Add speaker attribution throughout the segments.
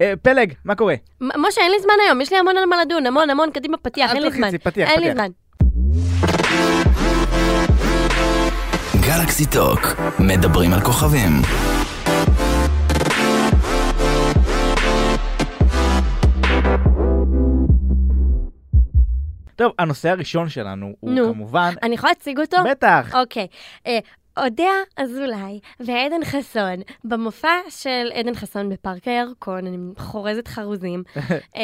Speaker 1: אה, פלג, מה קורה?
Speaker 2: מ- משה, אין לי זמן היום, יש לי המון על מה לדון, המון, המון, קדימה, פתיח,
Speaker 1: אל
Speaker 2: אין לי
Speaker 1: תלחיצי,
Speaker 2: זמן.
Speaker 1: פתיח,
Speaker 2: אין לי
Speaker 1: פתיח.
Speaker 2: זמן.
Speaker 3: גלקסי טוק, מדברים על כוכבים.
Speaker 1: טוב, הנושא הראשון שלנו הוא
Speaker 2: נו.
Speaker 1: כמובן...
Speaker 2: אני יכולה להציג אותו?
Speaker 1: בטח.
Speaker 2: אוקיי. אה, אודיה אזולאי ועדן חסון, במופע של עדן חסון בפארק הירקון, אני חורזת חרוזים, אה,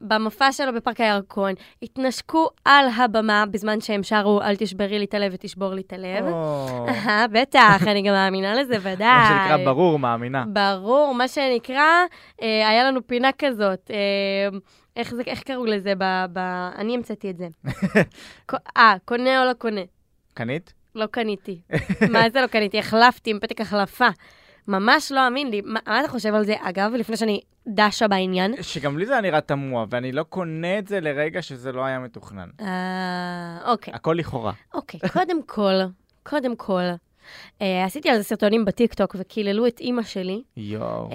Speaker 2: במופע שלו בפארק הירקון, התנשקו על הבמה בזמן שהם שרו "אל תשברי לי את הלב ותשבור לי את הלב".
Speaker 1: או,
Speaker 2: אהה, בטח, אני גם מאמינה לזה, ודאי.
Speaker 1: מה שנקרא ברור, מאמינה.
Speaker 2: ברור, מה שנקרא, אה, היה לנו פינה כזאת. אה, איך, זה, איך קראו לזה? ב, ב, אני המצאתי את זה. ק- אה, קונה או לא קונה?
Speaker 1: קנית?
Speaker 2: לא קניתי. מה זה לא קניתי? החלפתי עם פתק החלפה. ממש לא אמין לי. מה, מה אתה חושב על זה, אגב, לפני שאני דשה בעניין?
Speaker 1: שגם לי זה היה נראה תמוה, ואני לא קונה את זה לרגע שזה לא היה מתוכנן.
Speaker 2: אה, אוקיי.
Speaker 1: הכל לכאורה.
Speaker 2: אוקיי, קודם כל, קודם כל, אה, עשיתי על זה סרטונים בטיקטוק וקיללו את אימא שלי.
Speaker 1: יואו.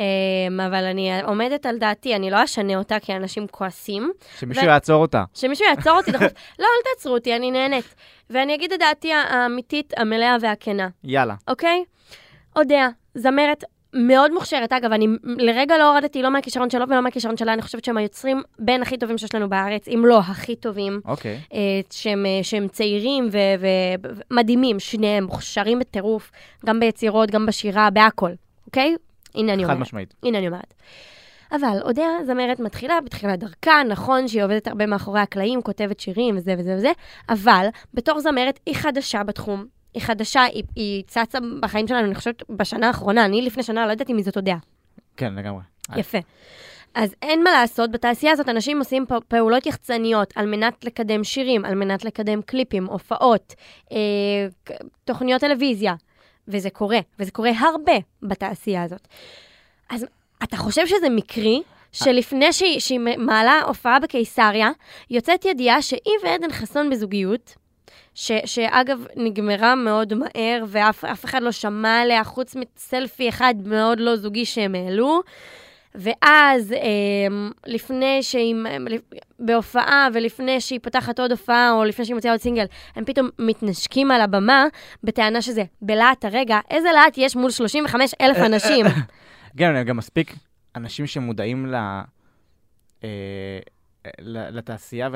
Speaker 2: אמ, אבל אני עומדת על דעתי, אני לא אשנה אותה כי אנשים כועסים.
Speaker 1: שמישהו
Speaker 2: ו-
Speaker 1: יעצור אותה.
Speaker 2: שמישהו יעצור אותי דחוף, לא, אל תעצרו אותי, אני נהנית. ואני אגיד את דעתי האמיתית, המלאה והכנה,
Speaker 1: יאללה.
Speaker 2: אוקיי? אודיה, זמרת מאוד מוכשרת. אגב, אני לרגע לא הורדתי לא מהכישרון שלו ולא מהכישרון שלה, אני חושבת שהם היוצרים בין הכי טובים שיש לנו בארץ, אם לא הכי טובים.
Speaker 1: אוקיי.
Speaker 2: אה, שהם, אה, שהם צעירים ומדהימים, שניהם מוכשרים בטירוף, גם ביצירות, גם בשירה, בהכל, אוקיי? הנה אני
Speaker 1: חד
Speaker 2: אומרת.
Speaker 1: משמעית.
Speaker 2: הנה אני אומרת. אבל אודיה זמרת מתחילה בתחילת דרכה, נכון שהיא עובדת הרבה מאחורי הקלעים, כותבת שירים וזה וזה וזה, אבל בתור זמרת היא חדשה בתחום. היא חדשה, היא, היא צצה בחיים שלנו, אני חושבת, בשנה האחרונה, אני לפני שנה לא ידעתי מי זאת אודיה.
Speaker 1: כן, לגמרי.
Speaker 2: יפה. אז אין מה לעשות, בתעשייה הזאת אנשים עושים פ- פעולות יחצניות על מנת לקדם שירים, על מנת לקדם קליפים, הופעות, אה, ק- תוכניות טלוויזיה, וזה קורה, וזה קורה הרבה בתעשייה הזאת. אז אתה חושב שזה מקרי? שלפני שהיא, שהיא מעלה הופעה בקיסריה, יוצאת ידיעה שהיא ועדן חסון בזוגיות, ש, שאגב, נגמרה מאוד מהר, ואף אף אחד לא שמע עליה, חוץ מסלפי אחד מאוד לא זוגי שהם העלו. ואז, אמ, לפני שהיא אמ, לפ- בהופעה, ולפני שהיא פותחת עוד הופעה, או לפני שהיא מוציאה עוד סינגל, הם פתאום מתנשקים על הבמה, בטענה שזה בלהט הרגע. איזה להט יש מול 35 אלף אנשים?
Speaker 1: כן, גם מספיק אנשים שמודעים ל... אה, ל- לתעשייה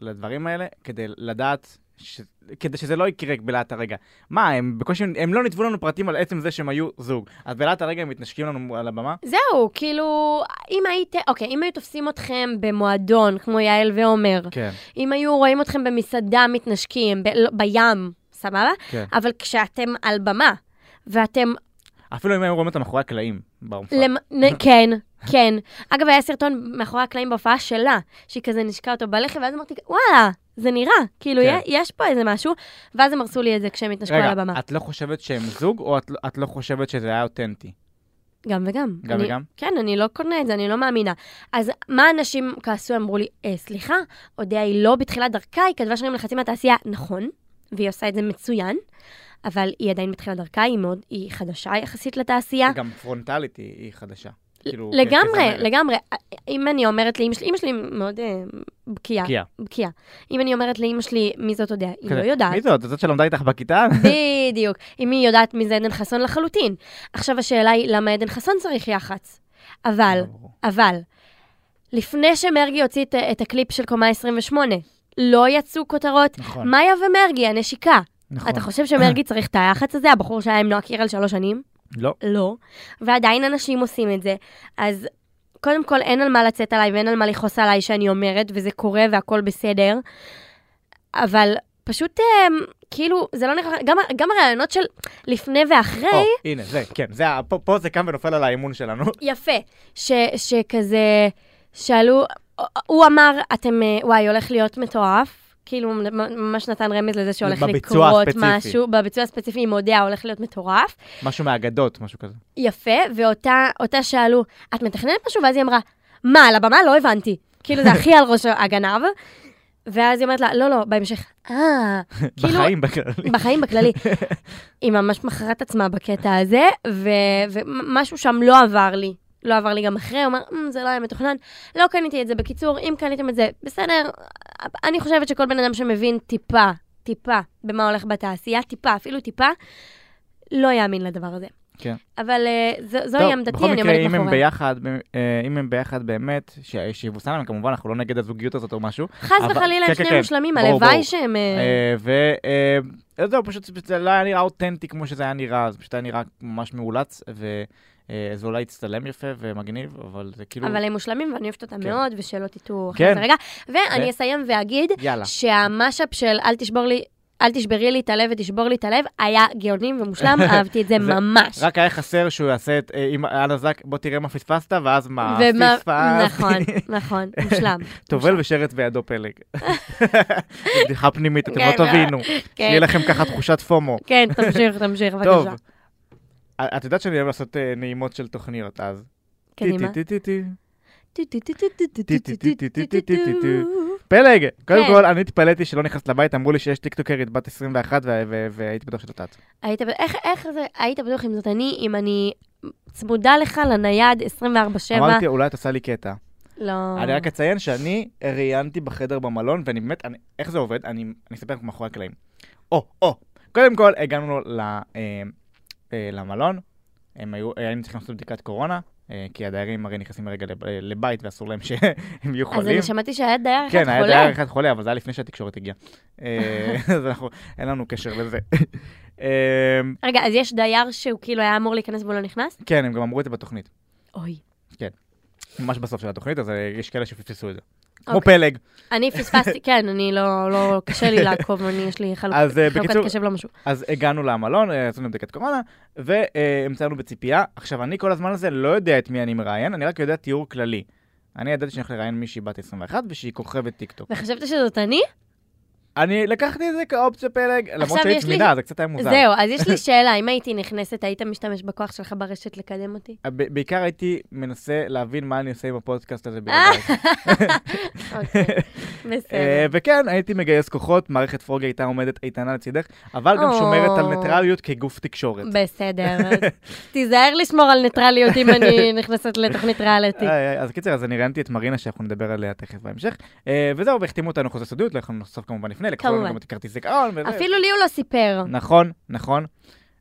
Speaker 1: ולדברים האלה, כדי לדעת, ש... כדי שזה לא יקרה בלהט הרגע. מה, הם בקושי, הם לא ניתבו לנו פרטים על עצם זה שהם היו זוג. אז בלהט הרגע הם מתנשקים לנו על הבמה?
Speaker 2: זהו, כאילו, אם הייתם, אוקיי, אם היו תופסים אתכם במועדון, כמו יעל ועומר,
Speaker 1: כן,
Speaker 2: אם היו רואים אתכם במסעדה מתנשקים, ב- לא, בים, סבבה?
Speaker 1: כן.
Speaker 2: אבל כשאתם על במה, ואתם...
Speaker 1: אפילו אם היו רואים אותם מאחורי הקלעים, במופע.
Speaker 2: למ... נ- כן, כן. אגב, היה סרטון מאחורי הקלעים בהופעה שלה, שהיא כזה נשקה אותו בלחי, ואז אמרתי, וואלה, זה נראה, כאילו,
Speaker 1: כן.
Speaker 2: י- יש פה איזה משהו, ואז הם הרסו לי את זה כשהם התנשקו על הבמה.
Speaker 1: רגע, את לא חושבת שהם זוג, או את, לא- את לא חושבת שזה היה אותנטי?
Speaker 2: גם וגם.
Speaker 1: גם
Speaker 2: אני,
Speaker 1: וגם?
Speaker 2: כן, אני לא קונה את זה, אני לא מאמינה. אז מה אנשים כעסו, אמרו לי, אה, סליחה, אודיה היא לא בתחילת דרכה, היא כתבה שירים לחצי מהתעשייה, נכון, והיא עושה את זה מצוין, אבל היא עדיין בתחילת דרכה, היא מאוד, היא חדשה יחסית לתעשייה.
Speaker 1: גם פרונטלית היא, היא חדשה. כאילו, כ-
Speaker 2: לגמרי,
Speaker 1: כזמרת.
Speaker 2: לגמרי. אה, אם אני אומרת לאמא שלי, אמא שלי מאוד אה, בקיאה.
Speaker 1: בקיאה.
Speaker 2: בקיאה. אם אני אומרת לאמא שלי, מי זאת אודיה? היא
Speaker 1: כזה,
Speaker 2: לא יודעת.
Speaker 1: מי זאת? זאת שלמדה איתך בכיתה?
Speaker 2: בדיוק. אם היא יודעת מי זה עדן חסון לחלוטין. עכשיו השאלה היא, למה עדן חסון צריך יח"צ? אבל,
Speaker 1: ברור.
Speaker 2: אבל, לפני שמרגי הוציא את, את הקליפ של קומה 28, לא יצאו כותרות,
Speaker 1: נכון.
Speaker 2: מאיה ומרגי, הנשיקה.
Speaker 1: נכון.
Speaker 2: אתה חושב שמרגי צריך את היח"צ הזה? הבחור שהיה עם נועה קירל שלוש שנים?
Speaker 1: לא.
Speaker 2: לא. ועדיין אנשים עושים את זה. אז קודם כל, אין על מה לצאת עליי ואין על מה לכעוס עליי שאני אומרת, וזה קורה והכול בסדר. אבל פשוט, אמ, כאילו, זה לא נכון, גם, גם הרעיונות של לפני ואחרי,
Speaker 1: או,
Speaker 2: oh.
Speaker 1: הנה, זה, כן, זה, ה- פה- פה זה קם ונופל על האימון שלנו.
Speaker 2: יפה, ש, שכזה, שאלו, הוא אמר, אתם, אה, וואי, הולך להיות מטורף. כאילו, הוא ממש נתן רמז לזה שהולך
Speaker 1: בביצוע
Speaker 2: לקרות
Speaker 1: הספציפי.
Speaker 2: משהו, בביצוע הספציפי עם אודיה הולך להיות מטורף.
Speaker 1: משהו מהאגדות, משהו כזה.
Speaker 2: יפה, ואותה אותה שאלו, את מתכננת משהו? ואז היא אמרה, מה, על הבמה? לא הבנתי. כאילו, זה הכי על ראש הגנב. ואז היא אומרת לה, לא, לא, בהמשך, אה, כאילו,
Speaker 1: בחיים בכללי.
Speaker 2: בחיים בכללי. היא ממש מכרה את עצמה בקטע הזה, ו- ומשהו שם לא עבר לי. לא עבר לי גם אחרי, הוא אמר, "אמ, זה לא היה מתוכנן, לא קניתי את זה. בקיצור, אם קניתם את זה, בסדר. אני חושבת שכל בן אדם שמבין טיפה, טיפה, במה הולך בתעשייה, טיפה, אפילו טיפה, לא יאמין לדבר הזה.
Speaker 1: כן.
Speaker 2: אבל אה, זו- זוהי
Speaker 1: טוב,
Speaker 2: עמדתי, אני
Speaker 1: לא, בכל מקרה,
Speaker 2: עומדת
Speaker 1: אם הם
Speaker 2: מאחוריה.
Speaker 1: ביחד, אה, אם הם ביחד באמת, ש- שיבוסם עליהם, כמובן, אנחנו לא נגד הזוגיות הזאת או משהו.
Speaker 2: חס
Speaker 1: אבל-
Speaker 2: וחלילה,
Speaker 1: כן, כן,
Speaker 2: הם שניהם
Speaker 1: כן.
Speaker 2: מושלמים,
Speaker 1: ברור,
Speaker 2: הלוואי
Speaker 1: ברור.
Speaker 2: שהם...
Speaker 1: כן.
Speaker 2: אה,
Speaker 1: וזהו, פשוט זה לא היה נראה אותנטי כמו שזה היה נראה, זה פשוט היה נראה ממש מאולץ, וזה אולי הצטלם יפה ומגניב, אבל זה כאילו,
Speaker 2: אבל הם מושלמים ואני אוהבת אותם
Speaker 1: כן.
Speaker 2: מאוד, ושלא תטעו
Speaker 1: כן.
Speaker 2: אחרי זה רגע. ואני
Speaker 1: ו-
Speaker 2: אסיים ואגיד
Speaker 1: יאללה.
Speaker 2: שהמשאפ של אל תשבור לי, אל תשברי לי את הלב ותשבור לי את הלב, היה גאוני ומושלם, אהבתי את זה
Speaker 1: זה-
Speaker 2: ממש.
Speaker 1: רק היה חסר שהוא יעשה את, אה, אם היה נזק, בוא תראה מה פספסת, ואז מה
Speaker 2: ומה-
Speaker 1: פספסת,
Speaker 2: נכון, נכון, מושלם.
Speaker 1: טובל ושרץ בידו פלג. זה בדיחה פנימית, אתם
Speaker 2: כן,
Speaker 1: לא תבינו,
Speaker 2: כן,
Speaker 1: שיהיה לכם ככה תחושת פומו.
Speaker 2: כן, תמשיך, תמשיך,
Speaker 1: טוב,
Speaker 2: בבקשה.
Speaker 1: את יודעת שאני אוהב לעשות אה, נעימות של תוכניות, אז.
Speaker 2: קדימה.
Speaker 1: טי, טי, טי, טי.
Speaker 2: טו-טו-טו-טו-טו-טו-טו-טו-טו-טו-טו.
Speaker 1: פלג, קודם
Speaker 2: כן.
Speaker 1: כל, אני התפלאתי שלא נכנסת לבית, אמרו לי שיש טיקטוקרית בת 21 ו- ו- והייתי בטוח שזאת את.
Speaker 2: היית בטוח, איך, איך זה, היית בטוח אם זאת אני, אם אני צמודה לך לנייד 24-7?
Speaker 1: אמרתי, אולי את עושה לי קטע.
Speaker 2: לא.
Speaker 1: אני רק אציין שאני ראיינתי בחדר במלון, ואני באמת, אני, איך זה עובד? אני, אני אספר לכם מאחורי הקלעים. או, או, קודם כל, הגענו ל, אה, אה, למלון, הם היו, אה, היינו צריכים לעשות בדיקת קורונה, אה, כי הדיירים הרי נכנסים רגע לב, אה, לבית ואסור להם שהם יהיו
Speaker 2: אז
Speaker 1: חולים.
Speaker 2: אני שמעתי שהיה דייר אחד
Speaker 1: כן, היה
Speaker 2: חולה.
Speaker 1: דייר אחד חולה, אבל זה היה לפני שהתקשורת הגיעה. אה, אז אנחנו, אין לנו קשר לזה. אה,
Speaker 2: רגע, אז יש דייר שהוא כאילו היה אמור להיכנס והוא לא נכנס?
Speaker 1: כן, הם גם אמרו את זה בתוכנית,
Speaker 2: אוי.
Speaker 1: ממש בסוף של התוכנית, אז אה, יש כאלה שפספסו את זה. כמו
Speaker 2: אוקיי.
Speaker 1: פלג.
Speaker 2: אני פספסתי, כן, אני לא, לא, קשה לי לעקוב, אני, יש לי חלוק,
Speaker 1: אז, אה,
Speaker 2: חלוקת
Speaker 1: בקיצור-
Speaker 2: קשב לא משהו.
Speaker 1: אז הגענו למלון, אה, עשינו בדיקת קורונה, והמצאנו בציפייה. עכשיו, אני כל הזמן הזה לא יודע את מי אני מראיין, אני רק יודע תיאור כללי. אני ידעתי שאני הולך לראיין מישהי בת 21 ושהיא כוכבת טיקטוק.
Speaker 2: וחשבת שזאת אני?
Speaker 1: אני לקחתי את זה כאופציה פלג, למרות שהיא
Speaker 2: יש לי-
Speaker 1: צמידה, זה קצת היה מוזר.
Speaker 2: זהו, אז יש לי שאלה, אם הייתי נכנסת, היית משתמש בכוח שלך ברשת לקדם אותי?
Speaker 1: אה, ב- בעיקר הייתי מנסה להבין מה אני עושה עם הפודקאסט
Speaker 2: אה,
Speaker 1: הזה בגלל.
Speaker 2: אוקיי,
Speaker 1: אה,
Speaker 2: בסדר.
Speaker 1: וכן, הייתי מגייס כוחות, מערכת פרוג הייתה עומדת איתנה לצידך, אבל גם
Speaker 2: או.
Speaker 1: שומרת על ניטרליות כגוף תקשורת.
Speaker 2: בסדר, תיזהר לשמור על ניטרליות אם אני נכנסת לתוכנית ריאליטי.
Speaker 1: איי, איי, אז קיצר, אז אני ראיינתי את מרינה, שאנחנו נדבר עליה תכף בהמשך, אה, וזהו, והחתימו אותנו חוזה סודיות, לא יכולנו לחשוף כמובן לפני, לקחו לנו
Speaker 2: כמובן.
Speaker 1: גם את כרטיס זיכרון, וזה.
Speaker 2: אפילו לי הוא לא סיפר.
Speaker 1: נכון, נכון.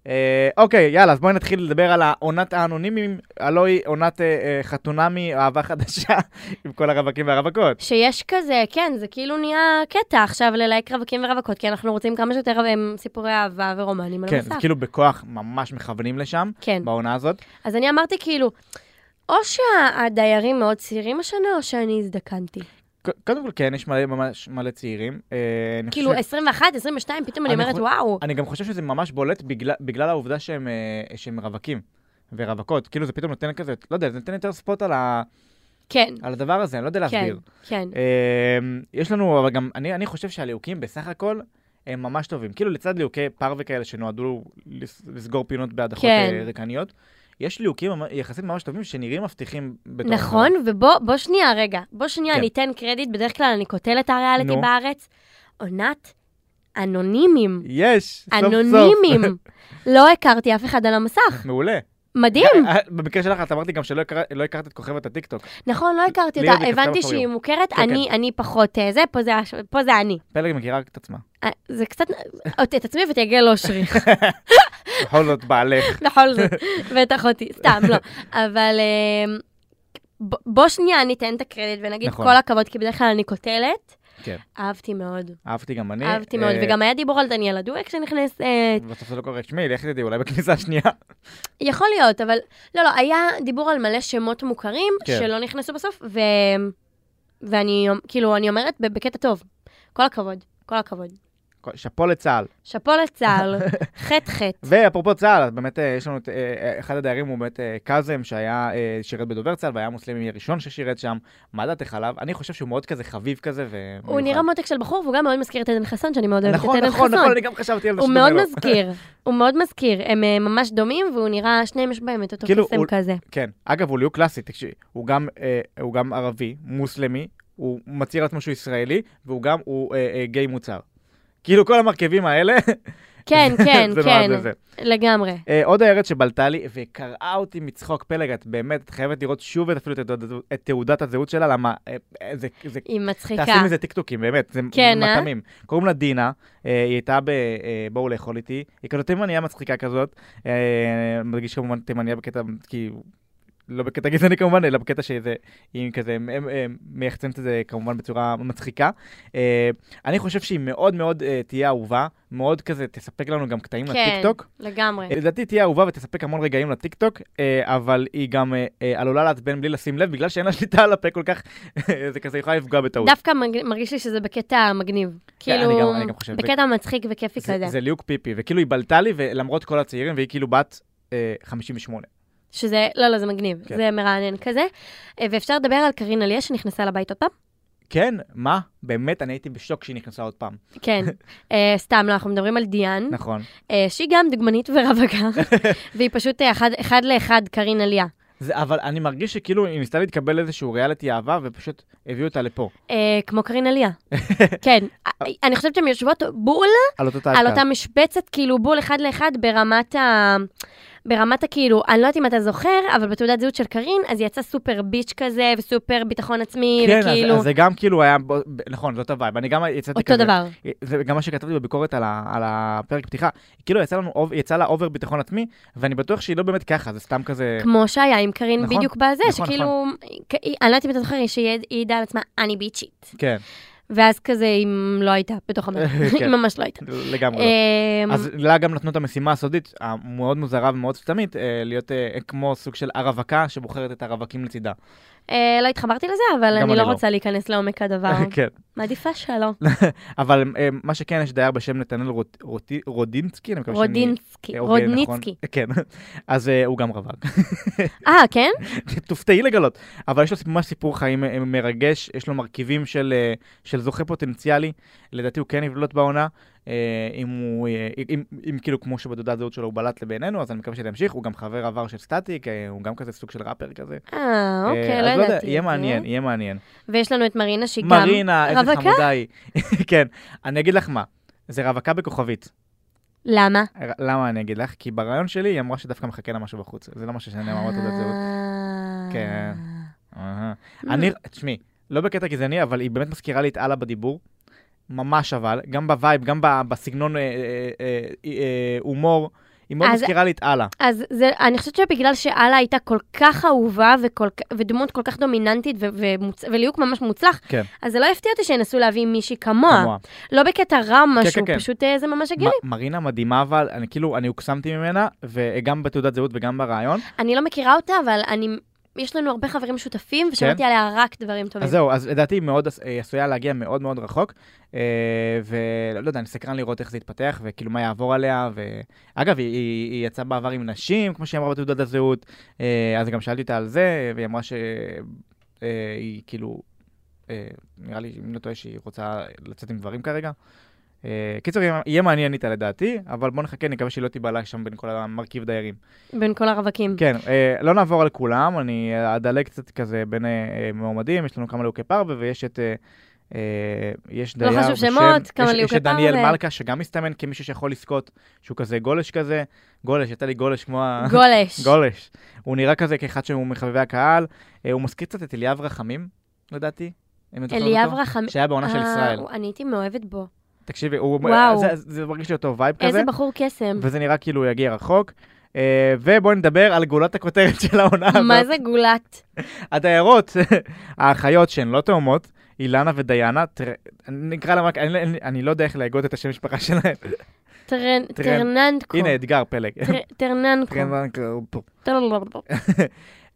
Speaker 1: אה, אוקיי, יאללה, אז בואי נתחיל לדבר על עונת האנונימים, הלא היא עונת אה, אה, חתונמי, אהבה חדשה, עם כל הרווקים והרווקות.
Speaker 2: שיש כזה, כן, זה כאילו נהיה קטע עכשיו ללהק רווקים ורווקות, כי אנחנו רוצים כמה שיותר אה, סיפורי אהבה ורומנים על
Speaker 1: כן, זה
Speaker 2: המסך.
Speaker 1: כאילו בכוח ממש מכוונים לשם,
Speaker 2: לא כן,
Speaker 1: בעונה הזאת.
Speaker 2: אז אני אמרתי כאילו, או שהדיירים מאוד צעירים השנה, או שאני הזדקנתי.
Speaker 1: ק- קודם כל, כן, יש מלא, ממש מלא צעירים. אה, אני
Speaker 2: כאילו,
Speaker 1: חושב-
Speaker 2: 21, 22, פתאום אני
Speaker 1: אני
Speaker 2: אומרת,
Speaker 1: חו-
Speaker 2: וואו.
Speaker 1: אני גם חושב שזה ממש בולט בגלל, בגלל העובדה שהם, אה, שהם רווקים ורווקות. כאילו זה פתאום נותן כזה, לא יודע, זה נותן יותר ספוט על, ה,
Speaker 2: כן,
Speaker 1: על הדבר הזה, אני לא יודע
Speaker 2: כן,
Speaker 1: להסביר.
Speaker 2: כן.
Speaker 1: אה, יש לנו, אבל גם, אני, אני חושב שהליהוקים בסך הכל הם ממש טובים. כאילו לצד ליהוקי פרווה כאלה שנועדו לס, לסגור פינות בהדחות
Speaker 2: כן.
Speaker 1: אה, ריקניות, יש ליהוקים ממ- יחסית ממש טובים שנראים מבטיחים בתור
Speaker 2: נכון, ובוא בוא שנייה, רגע, בוא שנייה,
Speaker 1: כן.
Speaker 2: אני אתן קרדיט, בדרך כלל אני קוטלת הריאליטי
Speaker 1: נו.
Speaker 2: בארץ. עונת אנונימים.
Speaker 1: יש, סוף סוף.
Speaker 2: אנונימים. לא הכרתי אף אחד על המסך.
Speaker 1: מעולה.
Speaker 2: מדהים.
Speaker 1: אה, במקרה שלך את אמרת גם שלא הכר- לא הכרת את כוכבת הטיקטוק.
Speaker 2: נכון, לא הכרתי
Speaker 1: לירי
Speaker 2: אותה,
Speaker 1: בקפטן
Speaker 2: הבנתי
Speaker 1: אופריום.
Speaker 2: שהיא מוכרת,
Speaker 1: כן,
Speaker 2: אני- אני פחות אה, זה, פה זה הש- פה זה אני.
Speaker 1: פלג מכירה רק את עצמה.
Speaker 2: אה, זה קצת, את את עצמי ותגל אושרי.
Speaker 1: בכל זאת בעלך.
Speaker 2: בכל זאת, ואת אחותי, סתם, לא. אבל אמ, ב- בוא שנייה ניתן את הקרדיט ונגיד
Speaker 1: נכון.
Speaker 2: כל הכבוד, כי בדרך כלל אני קוטלת.
Speaker 1: כן.
Speaker 2: אהבתי מאוד,
Speaker 1: אהבתי גם אני.
Speaker 2: אהבתי מאוד,
Speaker 1: אה,
Speaker 2: וגם היה דיבור על דניאלה דואק שנכנסת.
Speaker 1: בסוף זה לא קורה, תשמעי, לך תדעי, אולי בכניסה השנייה.
Speaker 2: יכול להיות, אבל לא, לא, היה דיבור על מלא שמות מוכרים
Speaker 1: כן.
Speaker 2: שלא נכנסו בסוף, ו... ואני, כאילו, אני אומרת ב- בקטע טוב, כל הכבוד, כל הכבוד.
Speaker 1: שאפו לצה"ל.
Speaker 2: שאפו לצה"ל, חטא חטא.
Speaker 1: ואפרופו צה"ל, אז באמת אה, יש לנו את אה, אה, אחד הדיירים, הוא באמת אה, קאזם, שהיה, אה, שירת בדובר צה"ל, והיה המוסלמי הראשון ששירת שם. מה דעתך עליו? אני חושב שהוא מאוד כזה חביב כזה, ו...
Speaker 2: הוא נראה מותק של בחור, והוא גם מאוד מזכיר את עדן חסון, שאני מאוד אוהבת את
Speaker 1: נכון,
Speaker 2: עדן
Speaker 1: נכון,
Speaker 2: חסון.
Speaker 1: נכון, אני גם חשבתי על זה לא-
Speaker 2: הוא
Speaker 1: שדומה לו.
Speaker 2: מאוד מזכיר, הוא מאוד מזכיר, הם אה, ממש דומים, והוא נראה, שניהם יש בהם את אותו
Speaker 1: כאילו,
Speaker 2: קסם
Speaker 1: הוא-
Speaker 2: כזה.
Speaker 1: כן. אגב, הוא ליהוק קלאסי, תקשיבי. הוא גם, אה, הוא גם ערבי, מוסלמי, הוא מצהיר על עצמו שהוא ישראלי, והוא גם, הוא אה, אה, גיי מוצהר. כאילו, כל המרכיבים האלה,
Speaker 2: כן, כן,
Speaker 1: זה נורא
Speaker 2: כן,
Speaker 1: זה זה.
Speaker 2: לגמרי.
Speaker 1: אה, עוד דיירת שבלטה לי וקרעה אותי מצחוק פלג, את באמת, את חייבת לראות שוב את- אפילו את תעודת- את תעודת הזהות שלה, למה אה, אה, זה... זה-
Speaker 2: היא מצחיקה.
Speaker 1: תעשי מזה טיקטוקים, באמת, זה
Speaker 2: כן, אה?
Speaker 1: מטעמים. קוראים לה דינה, אה, היא הייתה ב... אה, בואו לאכול איתי, היא כזאת תימניה מצחיקה כזאת, אה, מרגיש כמובן תימניה בקטע, כאילו, לא בקטע גזעני כמובן, אלא בקטע שזה, היא כזה, הם- הם- הם מייחצנת את זה כמובן בצורה מצחיקה. אה, אני חושב שהיא מאוד מאוד אה, תהיה אהובה, מאוד כזה תספק לנו גם קטעים
Speaker 2: כן.
Speaker 1: לטיקטוק.
Speaker 2: לגמרי.
Speaker 1: לדעתי תהיה אהובה ותספק המון רגעים לטיקטוק, אה, אבל היא גם אה, אה, עלולה לעצבן בלי לשים לב, בגלל שאין לה שליטה על הפה כל כך, זה כזה יכולה לפגוע בטעות.
Speaker 2: דווקא מג- מרגיש לי שזה בקטע מגניב.
Speaker 1: כן, אני
Speaker 2: כאילו,
Speaker 1: גם- אני גם חושב, זה-
Speaker 2: בקטע מצחיק וכיפי
Speaker 1: זה,
Speaker 2: כזה.
Speaker 1: זה ליהוק פיפי, וכאילו היא בלטה לי, ולמרות כל הצעירים, והיא כאילו בת אה, 58.
Speaker 2: שזה, לא, לא, זה מגניב.
Speaker 1: כן.
Speaker 2: זה מרענן כזה. אה, ואפשר לדבר על קרינה ליה שנכנסה לבית עוד פעם?
Speaker 1: כן, מה? באמת, אני הייתי בשוק שהיא נכנסה עוד פעם.
Speaker 2: כן. אה, סתם, לא, אנחנו מדברים על דיאן,
Speaker 1: נכון.
Speaker 2: אה, שהיא גם דוגמנית ורווקה, והיא פשוט אה, אחד- אחד לאחד קרינה ליה.
Speaker 1: זה, אבל אני מרגיש שכאילו היא ניסתה להתקבל איזשהו ריאליטי אהבה, ופשוט הביאו אותה לפה,
Speaker 2: אה, כמו קרינה ליה. כן. אה, אני חושבת שהן יושבות בול
Speaker 1: על אותו תהליך.
Speaker 2: על אותה משבצת, כאילו בול אחד לאחד ברמת ה... ברמת הכאילו, אני לא יודעת אם אתה זוכר, אבל בתעודת זהות של קארין, אז היא יצאה סופר ביץ' כזה, וסופר ביטחון עצמי,
Speaker 1: כן,
Speaker 2: וכאילו,
Speaker 1: אז, אז זה גם כאילו היה, בוא- ב- נכון, זאת הווייב. אני גם יצאתי
Speaker 2: אותו
Speaker 1: כזה,
Speaker 2: דבר.
Speaker 1: זה גם מה שכתבתי בביקורת על, ה, על הפרק פתיחה, כאילו יצא, לנו, אוב- יצא לה אובר ביטחון עצמי, ואני בטוח שהיא לא באמת ככה, זה סתם כזה...
Speaker 2: כמו שהיה עם קארין
Speaker 1: נכון,
Speaker 2: בדיוק בזה,
Speaker 1: נכון,
Speaker 2: שכאילו, כ- היא- אני לא יודעת אם אתה זוכר, שהיא היא ידעה על עצמה, אני ביצ'ית.
Speaker 1: כן,
Speaker 2: ואז כזה, היא לא הייתה בתוך המדינה,
Speaker 1: כן.
Speaker 2: היא ממש לא הייתה.
Speaker 1: לגמרי. לא.
Speaker 2: אמ,
Speaker 1: אז לה גם נתנו את המשימה הסודית, המאוד מוזרה ומאוד סתמית, אה, להיות אה, כמו סוג של הרווקה שבוחרת את הרווקים לצידה.
Speaker 2: אה, לא התחברתי לזה, אבל
Speaker 1: גם
Speaker 2: אני
Speaker 1: אני
Speaker 2: לא
Speaker 1: לא.
Speaker 2: רוצה להיכנס לעומק הדבר.
Speaker 1: כן.
Speaker 2: מעדיפה שלא.
Speaker 1: אבל אה, מה שכן, יש דייר בשם נתנאל רוט- רוטי- רודינסקי, אני מקווה שאני...
Speaker 2: רודינסקי,
Speaker 1: אה, אוקיי, נכון.
Speaker 2: רודניצקי.
Speaker 1: כן. אז אה, הוא גם רווק.
Speaker 2: אה, כן?
Speaker 1: תופתעי לגלות. אבל יש לו ממש סיפור חיים אה, מרגש, יש לו מרכיבים של, אה, של זוכה פוטנציאלי, לדעתי הוא כן יבלוט בעונה. אה, אם הוא, אה, אם, אם כאילו כמו שבתעודת זהות שלו הוא בלט לבינינו, אז אני מקווה שזה ימשיך, הוא גם חבר עבר של סטטיק, אה, הוא גם כזה סוג של ראפר כזה.
Speaker 2: אה,
Speaker 1: אה,
Speaker 2: אוקיי,
Speaker 1: אז
Speaker 2: לא
Speaker 1: יודע,
Speaker 2: ידעתי.
Speaker 1: יהיה
Speaker 2: את זה.
Speaker 1: מעניין, יהיה מעניין.
Speaker 2: ויש לנו את מרינה, שהיא גם
Speaker 1: מרינה, איזה
Speaker 2: רווקה?
Speaker 1: חמודה היא. כן, אני אגיד לך מה, זה רווקה בכוכבית.
Speaker 2: למה?
Speaker 1: ר- למה אני אגיד לך? כי ברעיון שלי היא אמרה שדווקא מחכה לה משהו בחוץ, זה לא משהו שנאמר בתעודת זהות.
Speaker 2: אה.
Speaker 1: כן. אהה. אני, תשמעי, לא בקטע גזעני, אבל היא באמת מזכירה לי את אללה בדיבור. ממש אבל, גם בווייב, גם ב- בסגנון אה, אה, אה, אה, הומור, היא מאוד
Speaker 2: אז-
Speaker 1: מזכירה לי את אללה.
Speaker 2: אז זה, אני חושבת שבגלל שאללה הייתה כל כך אהובה וכל, כ- ודמות כל כך דומיננטית ו, ומוצ, וליהוק ממש מוצלח,
Speaker 1: כן.
Speaker 2: אז זה לא יפתיע אותי שינסו להביא מישהי כמוה.
Speaker 1: כמוה.
Speaker 2: לא בקטע רע משהו,
Speaker 1: כן, כן.
Speaker 2: פשוט אה, זה ממש הגיוני.
Speaker 1: מ- מרינה מדהימה אבל, אני כאילו, אני הוקסמתי ממנה, וגם בתעודת זהות וגם ברעיון.
Speaker 2: אני לא מכירה אותה, אבל אני, יש לנו הרבה חברים שותפים, ושמעתי
Speaker 1: כן?
Speaker 2: עליה רק דברים טובים.
Speaker 1: אז זהו, אז לדעתי היא מאוד עש- אה, עשויה להגיע מאוד מאוד רחוק, אה, ולא יודע, אני סקרן לראות איך זה יתפתח, וכאילו מה יעבור עליה, ו... אגב, היא, היא, היא יצאה בעבר עם נשים, כמו שהיא אמרה בתעודת הזהות, אה, אז גם שאלתי אותה על זה, והיא אמרה שהיא כאילו, אה, נראה לי, אם לא טועה, שהיא רוצה לצאת עם גברים כרגע. אה, קיצור, יהיה- יהיה מעניין איתה לדעתי, אבל בוא נחכה, נקווה שהיא לא תיבלע שם בין כל המרכיב דיירים.
Speaker 2: בין כל הרווקים.
Speaker 1: כן, אה, לא נעבור על כולם, אני אדלג קצת כזה בין אה, אה, מועמדים, יש לנו כמה ליהוקי פרווה ויש את... אה, אה, יש
Speaker 2: לא
Speaker 1: דייר
Speaker 2: חשוב
Speaker 1: בשם-
Speaker 2: שמות, כמה
Speaker 1: יש-
Speaker 2: ליהוקי
Speaker 1: יש את דניאל
Speaker 2: פרווה.
Speaker 1: מלכה, שגם מסתמן כמישהו שיכול לזכות, שהוא כזה גולש כזה, גולש, יצא לי גולש כמו ה...
Speaker 2: גולש.
Speaker 1: גולש. הוא נראה כזה כאחד שהוא מחבבי הקהל, אה, הוא מזכיר קצת את אליאב רחמים, לדעתי. אם את זוכרת
Speaker 2: אליאב
Speaker 1: אותו,
Speaker 2: רחמים.
Speaker 1: שהיה בעונה של
Speaker 2: אה,
Speaker 1: ישראל.
Speaker 2: אני הייתי מאוהבת בו.
Speaker 1: תקשיבי, הוא... אה,
Speaker 2: וואו.
Speaker 1: זה- זה מרגיש לי אותו וייב כזה.
Speaker 2: איזה בחור קסם.
Speaker 1: וזה נראה כאילו הוא יגיע רחוק. אה, ובואו נדבר על גולת הכותרת של העונה הזאת.
Speaker 2: מה זה גולת?
Speaker 1: הדיירות, האחיות שהן לא תאומות, אילנה ודיאנה, טר- נקרא להם רק, אני, אני, אני לא יודע איך להגות את השם משפחה שלהם.
Speaker 2: טרנ-
Speaker 1: טרן.
Speaker 2: טרננדקו.
Speaker 1: הנה, אתגר פלג.
Speaker 2: טר- טרננקו.
Speaker 1: טרננקו.
Speaker 2: טרננקו.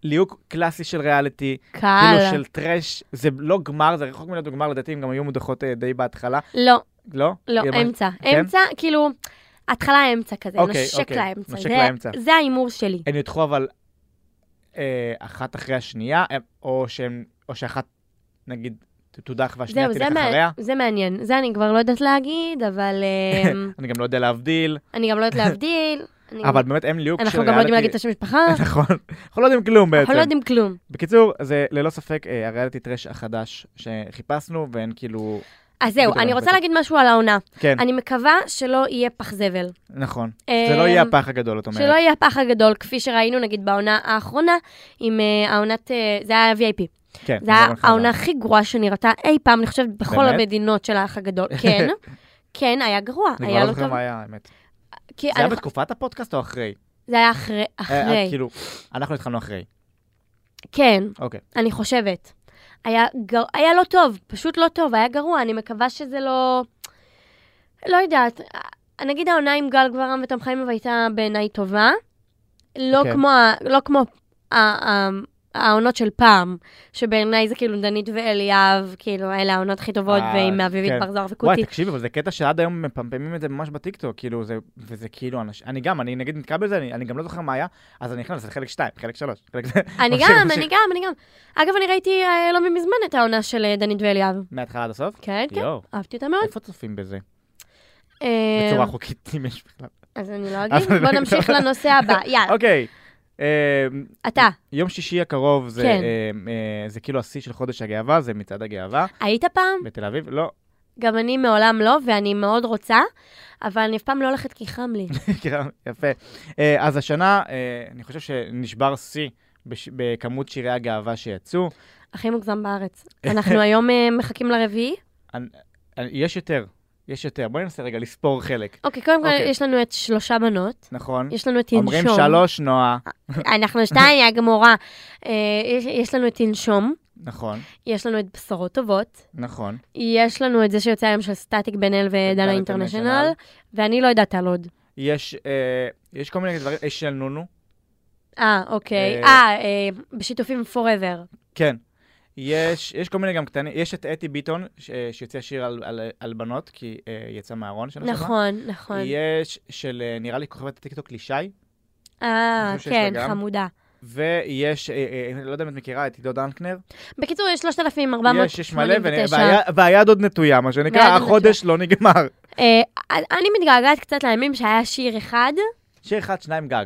Speaker 1: ליהוק קלאסי של ריאליטי, כאילו
Speaker 2: קהל.
Speaker 1: של טראש, זה לא גמר, זה רחוק מלהיות גמר, לדעתי הם גם היו מודחות אה, די בהתחלה,
Speaker 2: לא,
Speaker 1: לא?
Speaker 2: לא,
Speaker 1: אה, מה-
Speaker 2: אמצע.
Speaker 1: כן?
Speaker 2: אמצע, כאילו, התחלה אמצע כזה,
Speaker 1: אוקיי,
Speaker 2: נשק
Speaker 1: אוקיי,
Speaker 2: לאמצע.
Speaker 1: נשק
Speaker 2: זה-
Speaker 1: לאמצע.
Speaker 2: זה ההימור שלי.
Speaker 1: הן נותחו אבל אה, אחת אחרי השנייה, אה, או שהן, או שאחת, נגיד, תודח והשנייה
Speaker 2: זהו, זה
Speaker 1: תלך
Speaker 2: מע-
Speaker 1: אחריה.
Speaker 2: זה מעניין. זה אני כבר לא יודעת להגיד, אבל אמ,
Speaker 1: אני גם לא יודע להבדיל,
Speaker 2: אני גם לא יודעת להבדיל. אני-
Speaker 1: אבל באמת הם ליהוק של ריאליטי.
Speaker 2: אנחנו גם לא יודעים להגיד את השם משפחה,
Speaker 1: נכון, אנחנו לא יודעים כלום בעצם.
Speaker 2: אנחנו לא יודעים כלום.
Speaker 1: בקיצור, זה ללא ספק אה, הריאליטי טראש החדש שחיפשנו, והן כאילו...
Speaker 2: אז זהו,
Speaker 1: בטח,
Speaker 2: אני רוצה
Speaker 1: בטח.
Speaker 2: להגיד משהו על העונה.
Speaker 1: כן,
Speaker 2: אני מקווה שלא יהיה פח זבל.
Speaker 1: נכון. זה לא יהיה
Speaker 2: אמ,
Speaker 1: הפח הגדול, את
Speaker 2: שלא
Speaker 1: אומרת.
Speaker 2: יהיה הפח הגדול, כפי שראינו נגיד בעונה האחרונה, עם אה, העונת, אה, זה היה VIP.
Speaker 1: כן,
Speaker 2: זה היה
Speaker 1: נכון, נכון.
Speaker 2: העונה הכי גרועה שנראתה אי פעם, אני חושבת, בכל
Speaker 1: באמת?
Speaker 2: המדינות של האח הגדול. כן, כן, היה גרוע,
Speaker 1: אני
Speaker 2: היה
Speaker 1: כבר לא
Speaker 2: לא
Speaker 1: זוכר
Speaker 2: טוב.
Speaker 1: מה היה, האמת.
Speaker 2: כי
Speaker 1: זה היה
Speaker 2: אני-
Speaker 1: בתקופת הפודקאסט או אחרי?
Speaker 2: זה היה אחרי,
Speaker 1: אה,
Speaker 2: אחרי,
Speaker 1: את כאילו, אנחנו התחלנו אחרי.
Speaker 2: כן,
Speaker 1: אוקיי.
Speaker 2: אני חושבת. היה גר- היה לא טוב, פשוט לא טוב, היה גרוע, אני מקווה שזה לא... לא יודעת, אה, נגיד העונה עם גל גברם ותום חיימוב הייתה בעיניי טובה, לא
Speaker 1: כן.
Speaker 2: כמו ה- לא כמו ה- ה- העונות של פעם, שבעיניי זה כאילו דנית ואליאב, כאילו, אלה העונות הכי טובות,
Speaker 1: אה,
Speaker 2: ועם אביבית
Speaker 1: כן.
Speaker 2: בר זוהר וקוטי.
Speaker 1: וואי, תקשיבי, אבל זה קטע שעד היום מפמפמים את זה ממש בטיקטוק, כאילו, זה, וזה כאילו, אנש, אני גם, אני נגיד נתקע בזה, אני, אני גם לא זוכר מה היה, אז אני נכנס לחלק 2, חלק 3, חלק זה,
Speaker 2: אני
Speaker 1: ממשיך,
Speaker 2: גם,
Speaker 1: ממשיך.
Speaker 2: אני גם, אני גם. אגב, אני ראיתי אה, לא מזמן את העונה של אה, דנית ואליאב.
Speaker 1: מההתחלה עד הסוף?
Speaker 2: כן, כן,
Speaker 1: יואו,
Speaker 2: אהבתי אותה מאוד.
Speaker 1: איפה צופים בזה?
Speaker 2: אה,
Speaker 1: בצורה חוקית, אם יש בכלל.
Speaker 2: אז אני לא
Speaker 1: אז
Speaker 2: אגיד,
Speaker 1: אני
Speaker 2: בוא
Speaker 1: לא-
Speaker 2: נמשיך לנושא הבא. יאללה,
Speaker 1: אוקיי, אה,
Speaker 2: אתה,
Speaker 1: יום שישי הקרוב זה,
Speaker 2: כן.
Speaker 1: אה, אה, זה כאילו השיא של חודש הגאווה, זה מצעד הגאווה
Speaker 2: היית פעם?
Speaker 1: בתל אביב, לא,
Speaker 2: גם אני מעולם לא, ואני מאוד רוצה, אבל אני אף פעם לא הולכת כי חם לי.
Speaker 1: כן, יפה. אה, אז השנה, אה, אני חושב שנשבר שיא בש- בכמות שירי הגאווה שיצאו.
Speaker 2: הכי מוגזם בארץ. אנחנו היום אה, מחכים לרביעי.
Speaker 1: אה, יש יותר, יש יותר. בואי ננסה רגע לספור חלק,
Speaker 2: אוקיי, קודם כל
Speaker 1: אוקיי.
Speaker 2: יש לנו את שלושה בנות,
Speaker 1: נכון?
Speaker 2: יש לנו את תנשום. אה.
Speaker 1: אומרים שלוש, נועה,
Speaker 2: אנחנו שתיים, יא גמורה. אה, יש- יש לנו את תנשום,
Speaker 1: נכון,
Speaker 2: יש לנו את בשורות טובות.
Speaker 1: נכון.
Speaker 2: יש לנו את זה שיוצא היום של סטטיק בן אל
Speaker 1: דנה
Speaker 2: ודנה
Speaker 1: אינטרנשיונל.
Speaker 2: אינטרנשיונל, ואני לא יודעת על עוד.
Speaker 1: יש אה, יש כל מיני דברים, יש של נונו,
Speaker 2: אה, אוקיי.
Speaker 1: אה,
Speaker 2: אה, אה, בשיתופים forever.
Speaker 1: כן. יש, יש כל מיני גם קטנים, יש את אתי ביטון, ש- אה, שהוציאה שיר על, על, על בנות, כי אה, יצא מהארון שנה שעברה.
Speaker 2: נכון, נכון.
Speaker 1: יש של, אה, נראה לי, כוכבת הטיקטוק לישי,
Speaker 2: אה,
Speaker 1: אני חושב שיש לה
Speaker 2: כן,
Speaker 1: גם.
Speaker 2: חמודה.
Speaker 1: ויש, אה, אה, לא יודע אם את מכירה, את עידו דנקנר.
Speaker 2: בקיצור, יש
Speaker 1: יש, יש מלא,
Speaker 2: 3,489.
Speaker 1: והיה- והיד עוד נטויה, מה שנקרא,
Speaker 2: והיד עוד
Speaker 1: החודש לא נגמר.
Speaker 2: אה, אני מתגעגעת קצת לימים שהיה שיר אחד,
Speaker 1: שיר אחד, שניים גג.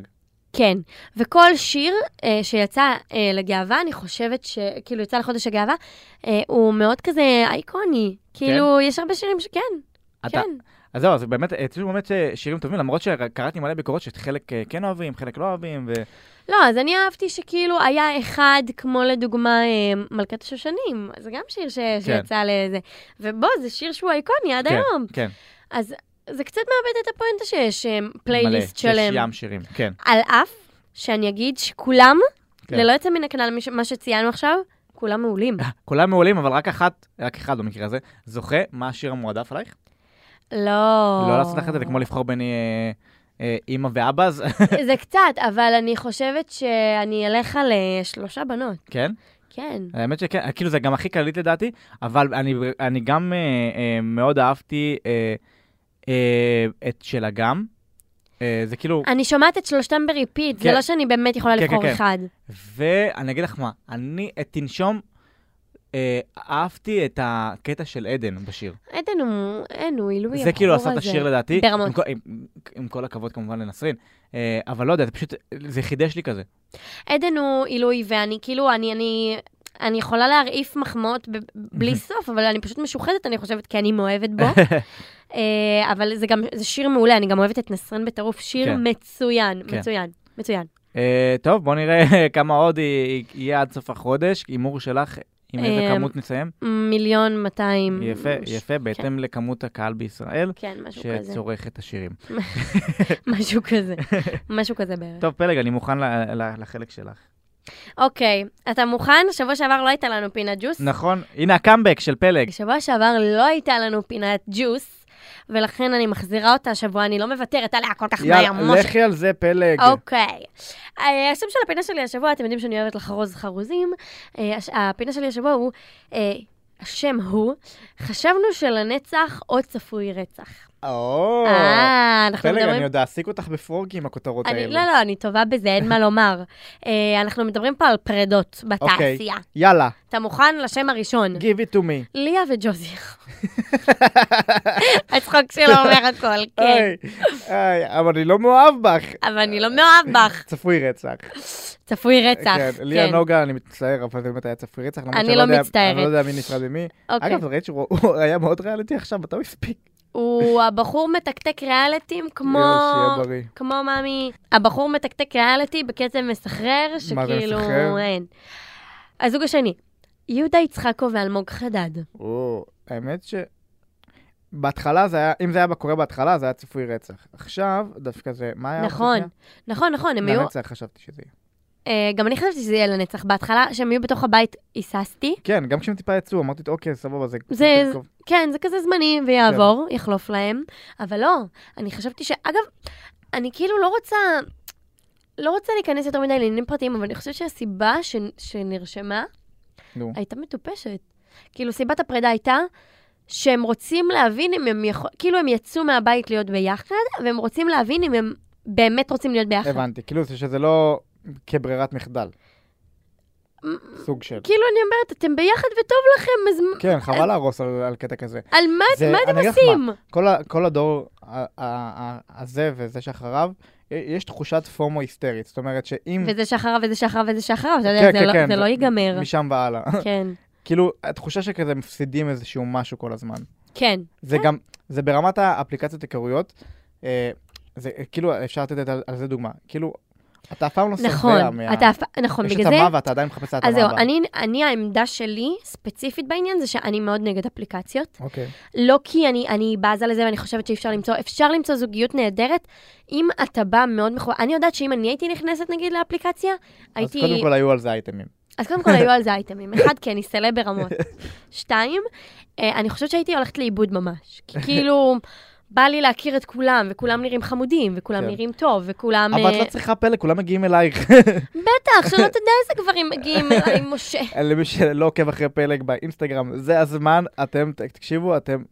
Speaker 2: כן. וכל שיר אה, שיצא אה, לגאווה, אני חושבת ש... כאילו, יצא לחודש הגאווה, אה, הוא מאוד כזה אייקוני. כאילו, יש הרבה שירים שכן,
Speaker 1: כן? אתה-
Speaker 2: כן.
Speaker 1: אז זהו, אז באמת, יצאו באמת אה, שירים טובים, למרות שקראתי מלא ביקורות שחלק אה, כן אוהבים, חלק לא אוהבים, ו...
Speaker 2: לא, אז אני אהבתי שכאילו היה אחד, כמו לדוגמה אה, מלכת השושנים, זה גם שיר ש... שיצא לזה. ובוא, זה שיר שהוא איקוני עד
Speaker 1: כן,
Speaker 2: היום.
Speaker 1: כן.
Speaker 2: אז זה קצת מאבד את הפואנטה שיש אה,
Speaker 1: מלא,
Speaker 2: פלייליסט שלם.
Speaker 1: יש ים שירים, כן.
Speaker 2: על אף שאני אגיד שכולם,
Speaker 1: כן. אה.
Speaker 2: ללא יוצא מן הכלל מש- מה שציינו עכשיו, כולם מעולים.
Speaker 1: כולם מעולים, אבל רק אחת, רק אחד במקרה הזה, זוכה, מה השיר המועדף עלייך?
Speaker 2: לא.
Speaker 1: לא לעשות לך את זה, זה כמו לבחור בין אה, אה, אימא ואבא, אז...
Speaker 2: זה קצת, אבל אני חושבת שאני אלך על אה, שלושה בנות,
Speaker 1: כן?
Speaker 2: כן.
Speaker 1: האמת שכן, כאילו זה גם הכי קליט לדעתי, אבל אני, אני גם אה, אה, מאוד אהבתי אה, אה, את של הגם. אה, זה כאילו,
Speaker 2: אני שומעת את שלושתם בריפיט, זה
Speaker 1: כן.
Speaker 2: לא שאני באמת יכולה
Speaker 1: כן, כן,
Speaker 2: לבחור
Speaker 1: כן.
Speaker 2: אחד.
Speaker 1: ואני אגיד לך מה, אני את תנשום, אה, אהבתי את הקטע של עדן בשיר.
Speaker 2: עדן הוא, אין, הוא עילוי
Speaker 1: זה כאילו
Speaker 2: אה, הבחור
Speaker 1: עשה את
Speaker 2: הזה.
Speaker 1: השיר לדעתי.
Speaker 2: ברמות.
Speaker 1: עם כל, עם, עם כל הכבוד כמובן לנסרין, אה, אבל לא יודע, זה פשוט, זה חידש לי כזה.
Speaker 2: עדן הוא עילוי, ואני כאילו, אני, אני, אני יכולה להרעיף מחמאות ב- בלי סוף, אבל אני פשוט משוחדת, אני חושבת, כי אני מאוהבת בו. אה, אבל זה גם, זה שיר מעולה, אני גם אוהבת את נסרין בטירוף, שיר
Speaker 1: כן.
Speaker 2: מצוין,
Speaker 1: כן.
Speaker 2: מצוין, מצוין.
Speaker 1: אה, טוב, בוא נראה כמה עוד י- יהיה עד סוף החודש. הימור שלך, עם איזה
Speaker 2: אה,
Speaker 1: כמות נסיים?
Speaker 2: מיליון 200.
Speaker 1: יפה, יפה, בהתאם לכמות הקהל בישראל
Speaker 2: כן, אמ, משהו כזה. כן.
Speaker 1: שצורך את השירים.
Speaker 2: משהו כזה, משהו כזה בערך.
Speaker 1: טוב, פלג, אני מוכן ל- ל- לחלק שלך.
Speaker 2: אוקיי, אתה מוכן? שבוע שעבר לא הייתה לנו פינת ג'וס.
Speaker 1: נכון, הנה הקאמבק של פלג.
Speaker 2: בשבוע שעבר לא הייתה לנו פינת ג'וס, ולכן אני מחזירה אותה השבוע, אני לא מוותרת עליה כל כך מהר,
Speaker 1: יאללה,
Speaker 2: משה.
Speaker 1: לכי על זה, פלג.
Speaker 2: אוקיי. אה, השם של הפינה שלי השבוע, אתם יודעים שאני אוהבת לחרוז חרוזים, אה, הש- הפינה שלי השבוע הוא, אה, השם הוא, חשבנו שלנצח עוד צפוי רצח.
Speaker 1: או,
Speaker 2: אה, אנחנו
Speaker 1: פלג, אני
Speaker 2: מדברים...
Speaker 1: עוד אעסיק אותך בפרורקי עם הכותרות
Speaker 2: אני,
Speaker 1: האלו.
Speaker 2: לא, לא, אני טובה בזה, אין מה לומר. אה, אנחנו מדברים פה על פרדות
Speaker 1: אוקיי.
Speaker 2: בתעשייה.
Speaker 1: יאללה,
Speaker 2: אתה מוכן לשם הראשון?
Speaker 1: give it to me.
Speaker 2: ליה וג'וזי. הצחוק שלו אומר הכל, כן.
Speaker 1: היי, היי, אבל אני לא מאוהב בך.
Speaker 2: אבל אני לא מאוהב בך.
Speaker 1: צפוי רצח.
Speaker 2: צפוי רצח.
Speaker 1: כן, ליה נוגה, אני מצטער, אבל באמת היה צפוי רצח. למרות
Speaker 2: אני
Speaker 1: שאני
Speaker 2: לא
Speaker 1: יודע-
Speaker 2: מצטערת.
Speaker 1: אני לא יודע מי נפרד ממי.
Speaker 2: אוקיי.
Speaker 1: אגב, ראית שהוא הוא היה מאוד ריאליטי עכשיו, מתי הוא הספיק?
Speaker 2: הוא הבחור מתקתק ריאליטים כמו...
Speaker 1: יאללה, שיהיה בריא.
Speaker 2: כמו מאמי. הבחור מתקתק ריאליטי בקצב מסחרר,
Speaker 1: מה זה
Speaker 2: שכאילו
Speaker 1: מסחרר?
Speaker 2: אין. הזוג השני, יהודה יצחקו ואלמוג
Speaker 1: אה,
Speaker 2: חדד.
Speaker 1: אוקיי, או, האמת ש... בהתחלה זה היה, אם זה היה קורה בהתחלה, זה היה צפוי רצח. עכשיו, דווקא זה, מה היה?
Speaker 2: נכון, נכון, נכון, הם היו...
Speaker 1: אוקיי. לנצח חשבתי שזה יהיה.
Speaker 2: אה, גם אני חשבתי שזה יהיה לנצח. בהתחלה, שהם יהיו בתוך הבית, היססתי.
Speaker 1: כן, גם כשהם טיפה יצאו, אמרתי, אוקיי, סבבה, זה...
Speaker 2: זה-
Speaker 1: טוב."
Speaker 2: כן, זה כזה זמני, ויעבור,
Speaker 1: כן.
Speaker 2: יחלוף להם. אבל לא, אני חשבתי ש... אגב, אני כאילו לא רוצה... לא רוצה להיכנס יותר מדי לעניינים פרטיים, אבל אני חושבת שהסיבה ש... שנרשמה
Speaker 1: נו.
Speaker 2: הייתה מטופשת. כאילו, סיבת הפרידה הייתה שהם רוצים להבין אם הם יכול... כאילו, הם יצאו מהבית להיות ביחד, והם רוצים להבין אם הם באמת רוצים להיות ביחד.
Speaker 1: הבנתי, כאילו זה שזה לא כברירת מחדל, סוג של.
Speaker 2: כאילו, אני אומרת, אתם ביחד וטוב לכם, אז מ-
Speaker 1: כן, חבל להרוס על, על קטע כזה.
Speaker 2: על מה,
Speaker 1: זה-
Speaker 2: מה אתם
Speaker 1: אני אגיד לך
Speaker 2: עושים?
Speaker 1: כל, ה, כל הדור ה- ה- ה- הזה וזה שאחריו, י- יש תחושת פומו היסטרית. זאת אומרת שאם...
Speaker 2: וזה שאחריו, וזה שאחריו, וזה שאחריו, אתה
Speaker 1: כן,
Speaker 2: יודע, זה
Speaker 1: כן,
Speaker 2: לא-
Speaker 1: כן,
Speaker 2: זה לא ייגמר.
Speaker 1: משם והלאה.
Speaker 2: כן,
Speaker 1: כאילו, התחושה שכזה מפסידים איזשהו משהו כל הזמן.
Speaker 2: כן.
Speaker 1: זה גם, זה ברמת האפליקציות היכרויות, אה, זה אה, כאילו, אפשר לתת על- על זה דוגמה. כאילו, אתה אף פעם לא שבע
Speaker 2: נכון,
Speaker 1: מה...
Speaker 2: אתה אף פעם, נכון,
Speaker 1: יש
Speaker 2: בגלל זה...
Speaker 1: התאמה ואתה עדיין מחפש את ההתאמה
Speaker 2: אז זהו,
Speaker 1: הבאה.
Speaker 2: אני, אני, העמדה שלי, ספציפית בעניין, זה שאני מאוד נגד אפליקציות.
Speaker 1: אוקיי.
Speaker 2: לא כי אני, אני בזה לזה ואני חושבת שאי אפשר למצוא, אפשר למצוא זוגיות נהדרת, אם אתה בא מאוד מחובר. אני יודעת שאם אני הייתי נכנסת, נגיד, לאפליקציה,
Speaker 1: אז
Speaker 2: הייתי...
Speaker 1: קודם כל היו על זה אייטמים.
Speaker 2: אז קודם כל היו על זה אייטמים. אחד, כי אני סלב ברמות. שתיים, אה, אני חושבת שהייתי הולכת לאיבוד ממש. כי כאילו, בא לי להכיר את כולם, וכולם נראים חמודים, וכולם
Speaker 1: כן.
Speaker 2: נראים טוב, וכולם...
Speaker 1: אבל את
Speaker 2: אה,
Speaker 1: לא צריכה פלא, כולם מגיעים אלייך.
Speaker 2: בטח, שלא תדע איזה גברים מגיעים אליי, משה.
Speaker 1: למי שלא עוקב אחרי פלג באינסטגרם, זה הזמן, אתם, ת- תקשיבו, אתם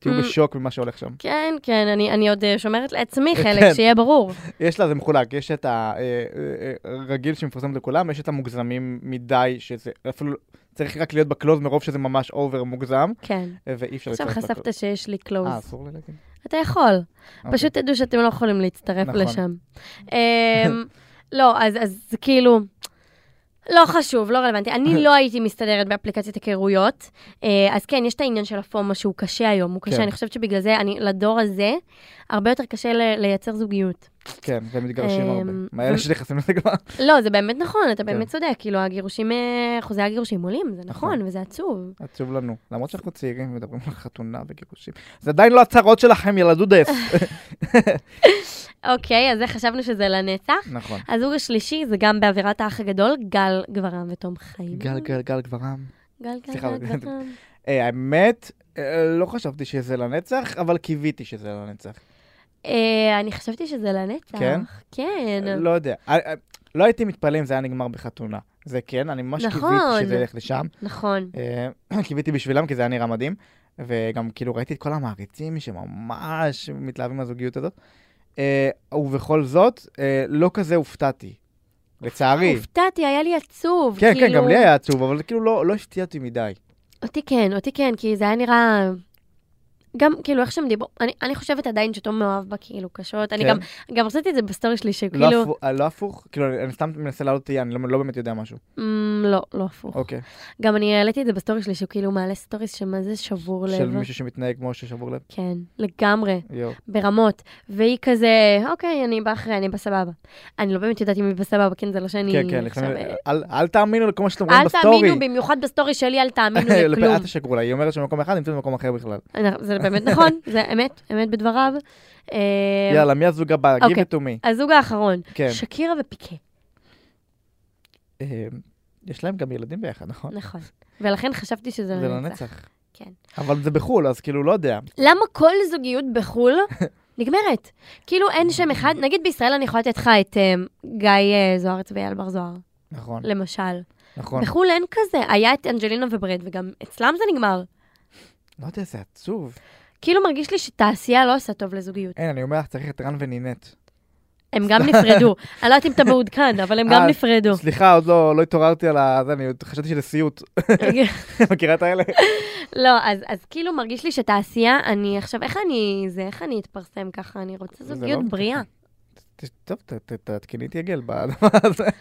Speaker 1: תהיו
Speaker 2: Mm.
Speaker 1: בשוק ממה שהולך שם.
Speaker 2: כן, כן, אני, אני עוד אה, שומרת לעצמי
Speaker 1: כן.
Speaker 2: חלק, שיהיה ברור.
Speaker 1: יש לה, זה מחולק, יש את אה, הרגיל שמפורסם לכולם, יש את המוגזמים מדי, שזה אפילו צריך רק להיות בקלוז מרוב שזה ממש אובר מוגזם,
Speaker 2: כן.
Speaker 1: אה, ואי אפשר
Speaker 2: עכשיו
Speaker 1: להצטרף
Speaker 2: חשפת שיש לי
Speaker 1: אה,
Speaker 2: קלוז.
Speaker 1: אסור לי להגיד?
Speaker 2: אתה יכול,
Speaker 1: אוקיי.
Speaker 2: פשוט תדעו שאתם לא יכולים להצטרף
Speaker 1: נכון.
Speaker 2: לשם. אמ, לא, אז אז זה כאילו... לא חשוב, לא רלוונטי. אני לא הייתי מסתדרת באפליקציית היכרויות. אה, אז כן, יש את העניין של הפומו שהוא קשה היום. הוא
Speaker 1: כן.
Speaker 2: קשה, אני חושבת שבגלל זה, אני- לדור הזה, הרבה יותר קשה ל- לייצר זוגיות.
Speaker 1: כן, והם מתגרשים הרבה.
Speaker 2: אמ,
Speaker 1: מה, אלה שנכנסים לזה כבר?
Speaker 2: לא, זה באמת נכון, אתה באמת צודק. כאילו, הגירושים, אה, אחוזי הגירושים עולים, זה נכון,
Speaker 1: כן. נכון.
Speaker 2: וזה עצוב.
Speaker 1: עצוב לנו. למרות שאנחנו צעירים ומדברים על חתונה וגירושים. זה עדיין לא הצהרות שלכם, ילד עודף.
Speaker 2: אוקיי, אז זה חשבנו שזה לנצח.
Speaker 1: נכון.
Speaker 2: הזוג השלישי זה גם באווירת האח הגדול, גל גברם ותום חיים.
Speaker 1: גל, גל, גל גברם.
Speaker 2: גל, גל,
Speaker 1: סליחה, כן.
Speaker 2: גל
Speaker 1: אבל-
Speaker 2: גברם.
Speaker 1: היי, האמת, אה, לא חשבתי שזה לנצח, אבל קיוויתי שזה לנצח.
Speaker 2: אה, אני חשבתי שזה לנצח.
Speaker 1: כן?
Speaker 2: כן.
Speaker 1: לא יודע. אה, אה, לא הייתי מתפלא אם זה היה נגמר בחתונה. זה כן, אני ממש
Speaker 2: נכון.
Speaker 1: קיוויתי שזה ילך לשם.
Speaker 2: נכון.
Speaker 1: אה, קיוויתי בשבילם, כי זה היה נראה מדהים. וגם כאילו ראיתי את כל המעריצים שממש מתלהבים מהזוגיות הזאת. אה, ובכל זאת, אה, לא כזה הופתעתי. לצערי.
Speaker 2: אה, הופתעתי, היה לי עצוב.
Speaker 1: כן, כן,
Speaker 2: כאילו-
Speaker 1: גם לי היה עצוב, אבל כאילו לא לא הפתיעתי מדי.
Speaker 2: אותי כן, אותי כן, כי זה היה נראה... גם, כאילו, איך שהם דיברו, אני, אני חושבת עדיין שתום מאוהב בה, כאילו, קשות. אני
Speaker 1: כן.
Speaker 2: גם, גם רציתי את זה בסטורי שלי, שכאילו...
Speaker 1: לא הפוך- אה, לא הפוך, כאילו, אני אני סתם מנסה לעלות תהיה, אני לא לא באמת יודע משהו.
Speaker 2: אמ, לא, לא הפוך.
Speaker 1: אוקיי.
Speaker 2: גם אני העליתי את זה בסטורי שלי, שהוא כאילו מעלה סטוריס שמה זה שבור לב.
Speaker 1: של מישהו שמתנהג כמו ששבור לב.
Speaker 2: כן, לגמרי,
Speaker 1: יואו.
Speaker 2: ברמות. והיא כזה, אוקיי, אני בא אחרי, אני בסבבה. אני לא באמת יודעת אם היא בסבבה, כן, זה לא שאני...
Speaker 1: כן, כן,
Speaker 2: עכשיו,
Speaker 1: לפעמים-
Speaker 2: אה,
Speaker 1: אל- אל תאמינו לכל מה שאתם רואים
Speaker 2: אל
Speaker 1: בסטורי.
Speaker 2: תאמינו, במיוחד בסטורי שלי, אל תאמינו לכלום.
Speaker 1: אל תשקרו לה, היא אומרת שבמקום אחד נמצאת במקום אחר בכלל.
Speaker 2: אנחנו- זה באמת נכון, זה אמת, אמת בדבריו. אה,
Speaker 1: יאללה, מי הזוג הבא? Give
Speaker 2: אוקיי.
Speaker 1: it to me.
Speaker 2: הזוג האחרון,
Speaker 1: כן.
Speaker 2: שקירה ופיקה.
Speaker 1: אה, יש להם גם ילדים ביחד, נכון?
Speaker 2: נכון. ולכן חשבתי שזה
Speaker 1: זה
Speaker 2: לא נצח.
Speaker 1: לנצח.
Speaker 2: כן.
Speaker 1: אבל זה בחו"ל, אז כאילו, לא יודע.
Speaker 2: למה כל זוגיות בחו"ל נגמרת? כאילו אין שם אחד, נגיד בישראל אני יכולה לתת לך את אה, גיא אה, זוארץ ואייל בר זוהר,
Speaker 1: נכון,
Speaker 2: למשל.
Speaker 1: נכון.
Speaker 2: לא, בחו"ל אין כזה, היה את אנג'לינה וברד, וגם אצלם זה נגמר.
Speaker 1: לא יודע, זה עצוב.
Speaker 2: כאילו מרגיש לי שתעשייה לא עושה טוב לזוגיות.
Speaker 4: אין, אני אומר לך, צריך את רן ונינט.
Speaker 2: הם גם נפרדו. אני לא יודעת אם אתה מעודכן, אבל הם גם
Speaker 4: אה,
Speaker 2: נפרדו.
Speaker 4: סליחה, עוד לא לא התעוררתי על ה... זה, אני עוד חשבתי שזה סיוט. כן. מכירה את האלה?
Speaker 2: לא, אז, אז כאילו מרגיש לי שתעשייה, אני עכשיו, איך אני, זה, איך אני אתפרסם ככה? אני רוצה
Speaker 4: זה לא
Speaker 2: זוגיות
Speaker 4: מתאים.
Speaker 2: בריאה.
Speaker 4: ת- טוב, ת- ת- תעדכני את יגל בדבר הזה.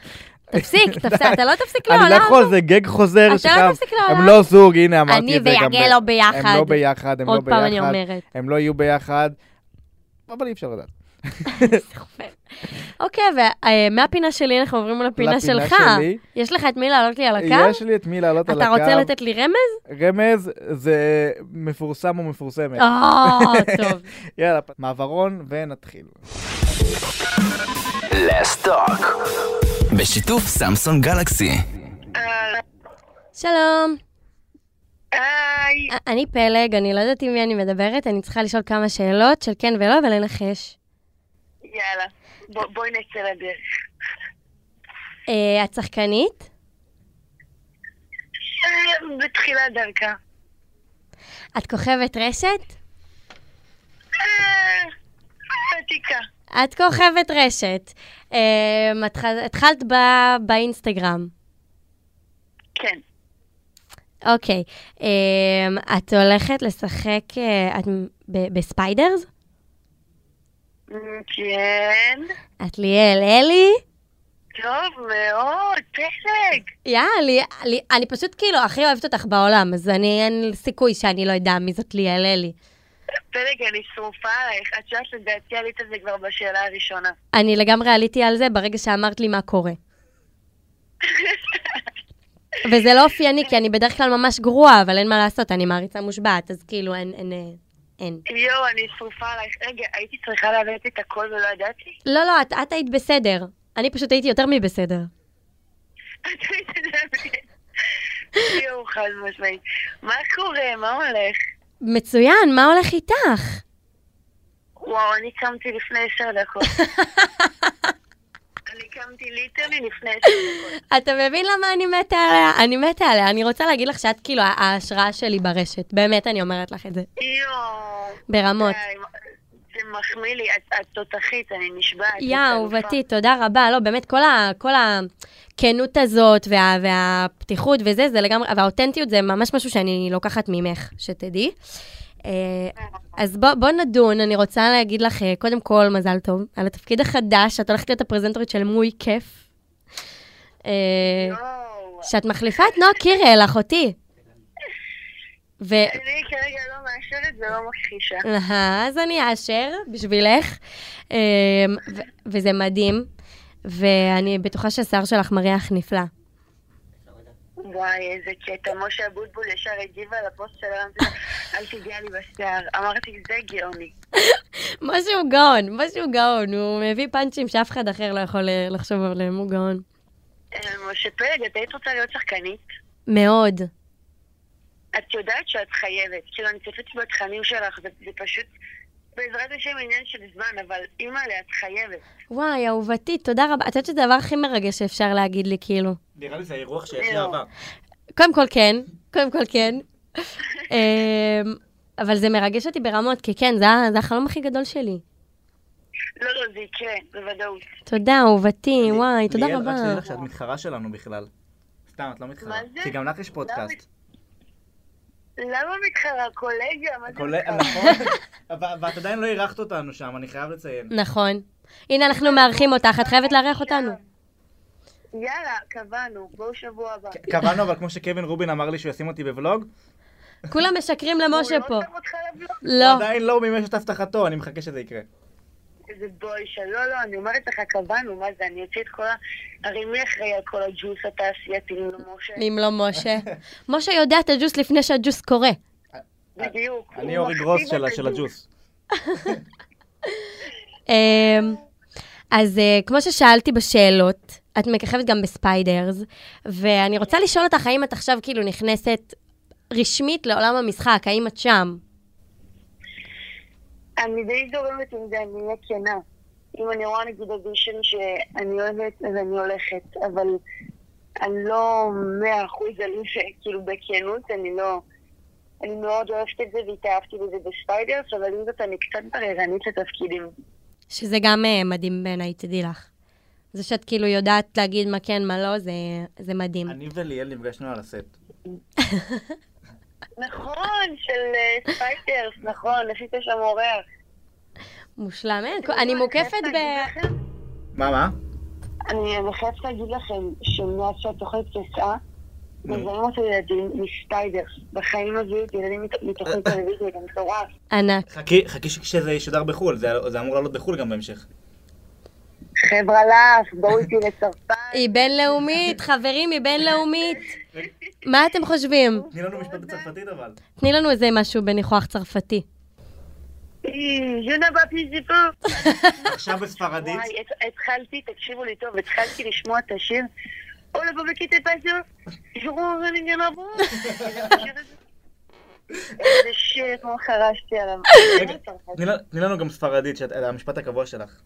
Speaker 2: תפסיק, תפסיק, אתה לא תפסיק לעולם.
Speaker 4: אני לא יכול, זה גג חוזר
Speaker 2: אתה
Speaker 4: שחם.
Speaker 2: לא תפסיק לעולם.
Speaker 4: הם לא זוג, הנה
Speaker 2: אני
Speaker 4: אמרתי את זה גם.
Speaker 2: ויגל לא ביחד.
Speaker 4: הם לא ביחד, הם לא
Speaker 2: עוד פעם אני
Speaker 4: ביחד.
Speaker 2: אומרת.
Speaker 4: הם לא יהיו ביחד. אבל אי אפשר לדעת.
Speaker 2: אוקיי, ומהפינה שלי אנחנו עוברים לפינה
Speaker 4: לפינה
Speaker 2: שלך.
Speaker 4: שלי.
Speaker 2: יש לך את מי לעלות לי על הקו?
Speaker 4: יש לי את מי לעלות על
Speaker 2: אתה
Speaker 4: הקו.
Speaker 2: רוצה לתת לי רמז?
Speaker 4: רמז זה מפורסם או מפורסמת.
Speaker 2: אה. או, טוב.
Speaker 4: יאללה, פ- מעברון ונתחיל.
Speaker 3: בשיתוף סמסון גלקסי.
Speaker 2: שלום,
Speaker 5: היי,
Speaker 2: א- אני פלג, אני לא יודעת עם מי אני מדברת, אני צריכה לשאול כמה שאלות של כן ולא ולנחש.
Speaker 5: יאללה, בוא- בואי נצא לדרך.
Speaker 2: אה, את שחקנית?
Speaker 5: אה, בתחילת דרכה.
Speaker 2: את כוכבת רשת?
Speaker 5: אה, עתיקה.
Speaker 2: את כוכבת רשת. אמ, את ח- התחלת ב- באינסטגרם.
Speaker 5: כן,
Speaker 2: אוקיי. אמ, את הולכת לשחק אה, את מ- ב- בספיידרס?
Speaker 5: מ, כן,
Speaker 2: את ליאל אלי?
Speaker 5: טוב מאוד, פסק.
Speaker 2: יא, לי- לי- אני פשוט כאילו הכי אוהבת אותך בעולם, אז אני, אין סיכוי שאני לא אדע מי זאת ליאל אלי.
Speaker 5: פלג, אני שרופה עלייך. את יודעת לדעתי עלית על זה כבר בשאלה הראשונה.
Speaker 2: אני לגמרי עליתי על זה ברגע שאמרת לי מה קורה. וזה לא אופייני, כי אני בדרך כלל ממש גרועה, אבל אין מה לעשות, אני מעריצה מושבעת, אז כאילו אין, אין, אה, אין.
Speaker 5: יואו, אני שרופה עלייך. רגע, הייתי צריכה לעוות את הכל ולא ידעתי?
Speaker 2: לא, לא, את, את היית בסדר. אני פשוט הייתי יותר מבסדר.
Speaker 5: את היית יודעת. יואו, חד משמעית. מה קורה? מה הולך?
Speaker 2: מצוין, מה הולך איתך?
Speaker 5: וואו, אני קמתי לפני עשר דקות. אני קמתי ליטרלי לפני עשר דקות.
Speaker 2: אתה מבין למה אני מתה עליה? אני מתה עליה. אני רוצה להגיד לך שאת כאילו ההשראה שלי ברשת. באמת, אני אומרת לך את זה.
Speaker 5: יואו.
Speaker 2: ברמות.
Speaker 5: די, זה מחמיא לי, את את תותחית, אני נשבעת. את
Speaker 2: יא,
Speaker 5: אלופה.
Speaker 2: אהובתי, תודה רבה. לא, באמת, כל, ה, כל הכנות הזאת וה, והפתיחות וזה, זה לגמרי, והאותנטיות זה ממש משהו שאני לוקחת ממך, שתדעי. אה, אז בוא, בוא נדון, אני רוצה להגיד לך, אה, קודם כל, מזל טוב, על התפקיד החדש, את הולכת להיות הפרזנטורית של מוי כיף. אה,
Speaker 5: לא, יואו.
Speaker 2: שאת מחליפה את נועה קירל, אחותי. ו...
Speaker 5: אני כרגע לא מאשרת ולא מכחישה.
Speaker 2: אה. אהה, אז אני אאשר בשבילך, אמ, ו- וזה מדהים, ואני בטוחה שהשיער שלך מריח נפלא.
Speaker 5: וואי, איזה קטע. משה אבוטבול ישר הגיב על הפוסט של היום, אל תיגע לי בשיער. אמרתי, זה גאוני.
Speaker 2: משהו גאון, משהו גאון, הוא מביא פאנצ'ים שאף אחד אחר לא יכול אה, לחשוב עליהם, הוא גאון.
Speaker 5: אה, משה פלג, את היית רוצה להיות שחקנית?
Speaker 2: מאוד.
Speaker 5: את יודעת שאת חייבת. כאילו, אני צופית בתכנים שלך, זה, זה פשוט, בעזרת השם, עניין של זמן, אבל אימא'לה, את חייבת.
Speaker 2: וואי, אהובתי, תודה רבה. את יודעת שזה הדבר הכי מרגש שאפשר להגיד לי, כאילו.
Speaker 6: נראה לי זה האירוח שהכי
Speaker 5: לא.
Speaker 6: אהבה.
Speaker 2: קודם כל כן, קודם כל כן. אמ, אבל זה מרגש אותי ברמות, כי כן, זה ה- זה החלום הכי גדול שלי.
Speaker 5: לא, לא, זה יקרה, בוודאות.
Speaker 2: תודה, אהובתי, וואי, תודה
Speaker 6: ליאל,
Speaker 2: רבה.
Speaker 6: רק שתדעי לך שאת מתחרה שלנו בכלל. סתם, את לא מתחרה.
Speaker 5: מה זה?
Speaker 6: כי גם לך יש פודקאסט.
Speaker 5: למה מתחרה? קולגה? מה זה
Speaker 6: כולל-
Speaker 5: מתחרה?
Speaker 6: נכון. ו- ואת עדיין לא אירחת אותנו שם, אני חייב לציין.
Speaker 2: נכון. הנה, אנחנו מארחים אותך, את חייבת לארח אותנו.
Speaker 6: נכון.
Speaker 5: יאללה, קבענו, בואו שבוע הבא.
Speaker 6: ק-
Speaker 5: הוא
Speaker 6: קבענו, אבל כמו שקווין רובין אמר לי שהוא ישים אותי בוולוג,
Speaker 2: כולם משקרים למשה פה.
Speaker 5: לא שם אותך לבלוק?
Speaker 2: לא.
Speaker 6: עדיין לא מימש את הבטחתו, אני מחכה שזה יקרה.
Speaker 5: איזה בוי של... לא, לא, אני אומרת לך, קבענו, מה זה, אני אוציא את כל ה... הרי מי אחראי על כל הג'וס התעשייתי, אם לא משה?
Speaker 2: אם לא משה. משה יודע את הג'וס לפני שהג'וס קורה.
Speaker 5: בדיוק.
Speaker 6: אני
Speaker 5: הוא
Speaker 6: אורי
Speaker 5: מכתיב
Speaker 6: גרוס
Speaker 5: את
Speaker 6: שלה- של הג'וס.
Speaker 2: אמ, אז אה, כמו ששאלתי בשאלות, את מככבת גם בספיידרס, ואני רוצה לשאול אותך, האם את עכשיו כאילו נכנסת רשמית לעולם המשחק, האם את שם?
Speaker 5: אני די זורמת עם זה, אני אהיה כנה. אם אני רואה נגיד אודישן שאני אוהבת, אז אני הולכת. אבל אני לא מאה אחוז על זה, כאילו בכנות, אני לא... אני מאוד אוהבת את זה והתאהבתי בזה בשפיידרס, אבל עם זאת אני קצת בררנית לתפקידים.
Speaker 2: שזה גם אה, מדהים בעיניי, תדעי לך. זה שאת כאילו יודעת להגיד מה כן, מה לא, זה, זה מדהים.
Speaker 1: אני וליאל נפגשנו על הסט.
Speaker 5: נכון, של אה, ספיידרס, נכון, עשית שם אורח.
Speaker 2: מושלם, אין, כל- אני מוקפת ב...
Speaker 1: מה, מה?
Speaker 5: אני אני חייבת להגיד לכם שמאז שהתוכנית יצאה, מזהים אותי ילדים מספיידרס. בחיים לא זיהו אותי ילדים מת- מתוכנית טלוויזיה, זה מטורף.
Speaker 2: ענק.
Speaker 1: חכי, חכי שזה ישודר בחו"ל, זה, זה אמור לעלות בחו"ל גם בהמשך.
Speaker 5: חבר'ה לאף, בואו איתי לצרפת.
Speaker 2: היא בינלאומית, חברים, היא בינלאומית. מה אתם חושבים?
Speaker 1: תני לנו משפט בצרפתית אבל.
Speaker 2: תני לנו איזה משהו בניחוח צרפתי.
Speaker 5: יונה בפיזיפו.
Speaker 1: עכשיו בספרדית.
Speaker 5: וואי, הת- התחלתי, תקשיבו לי טוב, התחלתי לשמוע את השיר, Oh, או לבוא בקטע פסו, תשמעו רנינג רבו. איזה שיר, כמו חרשתי עליו.
Speaker 1: רגע, תני לנו- תני לנו גם ספרדית, שאת- המשפט הקבוע שלך.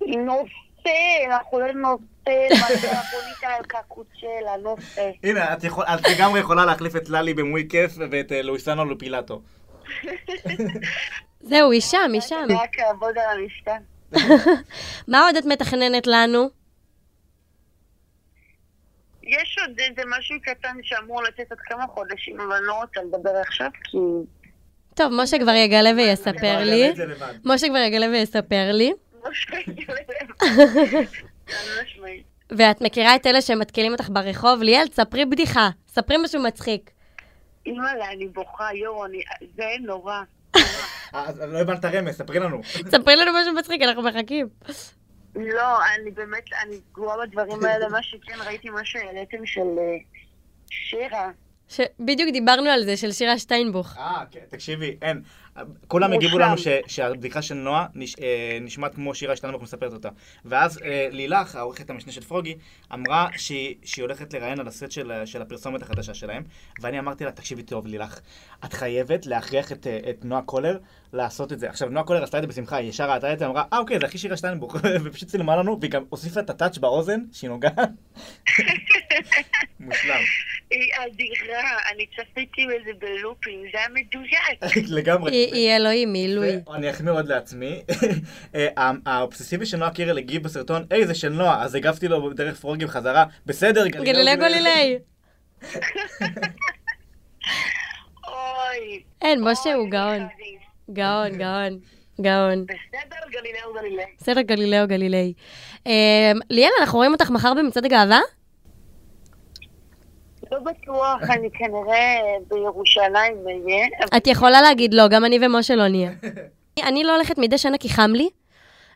Speaker 5: נופל, אנחנו לא נופל, אנחנו ניקה על קקוצ'לה, נופל.
Speaker 1: הנה, את יכול- את לגמרי יכולה להחליף את ללי במוי כיף ואת אה, לואיסנו לופילטו.
Speaker 2: זהו, היא שם, היא שם.
Speaker 5: רק לעבוד על המשכן.
Speaker 2: מה עוד את מתכננת לנו?
Speaker 5: יש עוד איזה משהו קטן שאמור לצאת עוד כמה חודשים, אבל אני לא רוצה לדבר עכשיו, כי...
Speaker 2: טוב, משה כבר יגלה ויספר לי.
Speaker 1: לא את זה לבד.
Speaker 2: משה כבר יגלה ויספר לי.
Speaker 5: לא שייך להם. חד משמעית.
Speaker 2: ואת מכירה את אלה שמתקילים אותך ברחוב? ליאל, ספרי בדיחה. ספרי משהו מצחיק.
Speaker 5: אימא'לה, אני בוכה, יואו, אני... זה נורא.
Speaker 1: אה, אז לא הבנת הרמז, ספרי לנו.
Speaker 2: ספרי לנו משהו מצחיק, אנחנו מחכים.
Speaker 5: לא, אני באמת, אני גרועה בדברים האלה, מה שכן, ראיתי מה שהעליתם של אה, שירה.
Speaker 2: ש- בדיוק דיברנו על זה, של שירה שטיינבוך.
Speaker 1: אה, כן, תקשיבי, אין. כולם הגיבו לנו ש- שהבדיחה של נועה נש- אה, נשמעת כמו שירה שטנבוך מספרת אותה. ואז אה, לילך, העורכת המשנה של פרוגי, אמרה שהיא שהיא הולכת לראיין על הסט של- של הפרסומת החדשה שלהם, ואני אמרתי לה, תקשיבי טוב, לילך, את חייבת להכריח את אה, את נועה קולר לעשות את זה. עכשיו, נועה קולר עשתה את זה בשמחה, היא ישר ראתה את זה, אמרה, אה, אוקיי, זה הכי שירה שטיינבוך, ופשוט צילמה לנו, והיא גם הוסיפה את הטאץ' באוזן, שהיא נוגעת. מושלם,
Speaker 5: היא אדירה, אני צפיתי בזה בלופים, זה היה מדויק.
Speaker 1: לגמרי.
Speaker 2: היא היא אלוהים, היא לואי.
Speaker 1: אני אחמיא עוד לעצמי. אה, האובססיבי של נועה קירל הגיב בסרטון, היי זה של נועה, אז הגבתי לו דרך פרוגי בחזרה, בסדר גלילאו
Speaker 2: גלילי גולילי.
Speaker 5: אוי.
Speaker 2: אין, משה הוא גאון.
Speaker 5: אוי,
Speaker 2: גאון, גאון. גאון.
Speaker 5: בסדר, גלילאו גלילאי.
Speaker 2: בסדר, גלילאו גלילי. אמ, ליאל, אנחנו רואים אותך מחר במצעד הגאווה?
Speaker 5: לא בטוח, אני כנראה בירושלים אהיה, אבל
Speaker 2: את יכולה להגיד לא, גם אני ומשה לא נהיה. אני לא הולכת מדי שנה כי חם לי.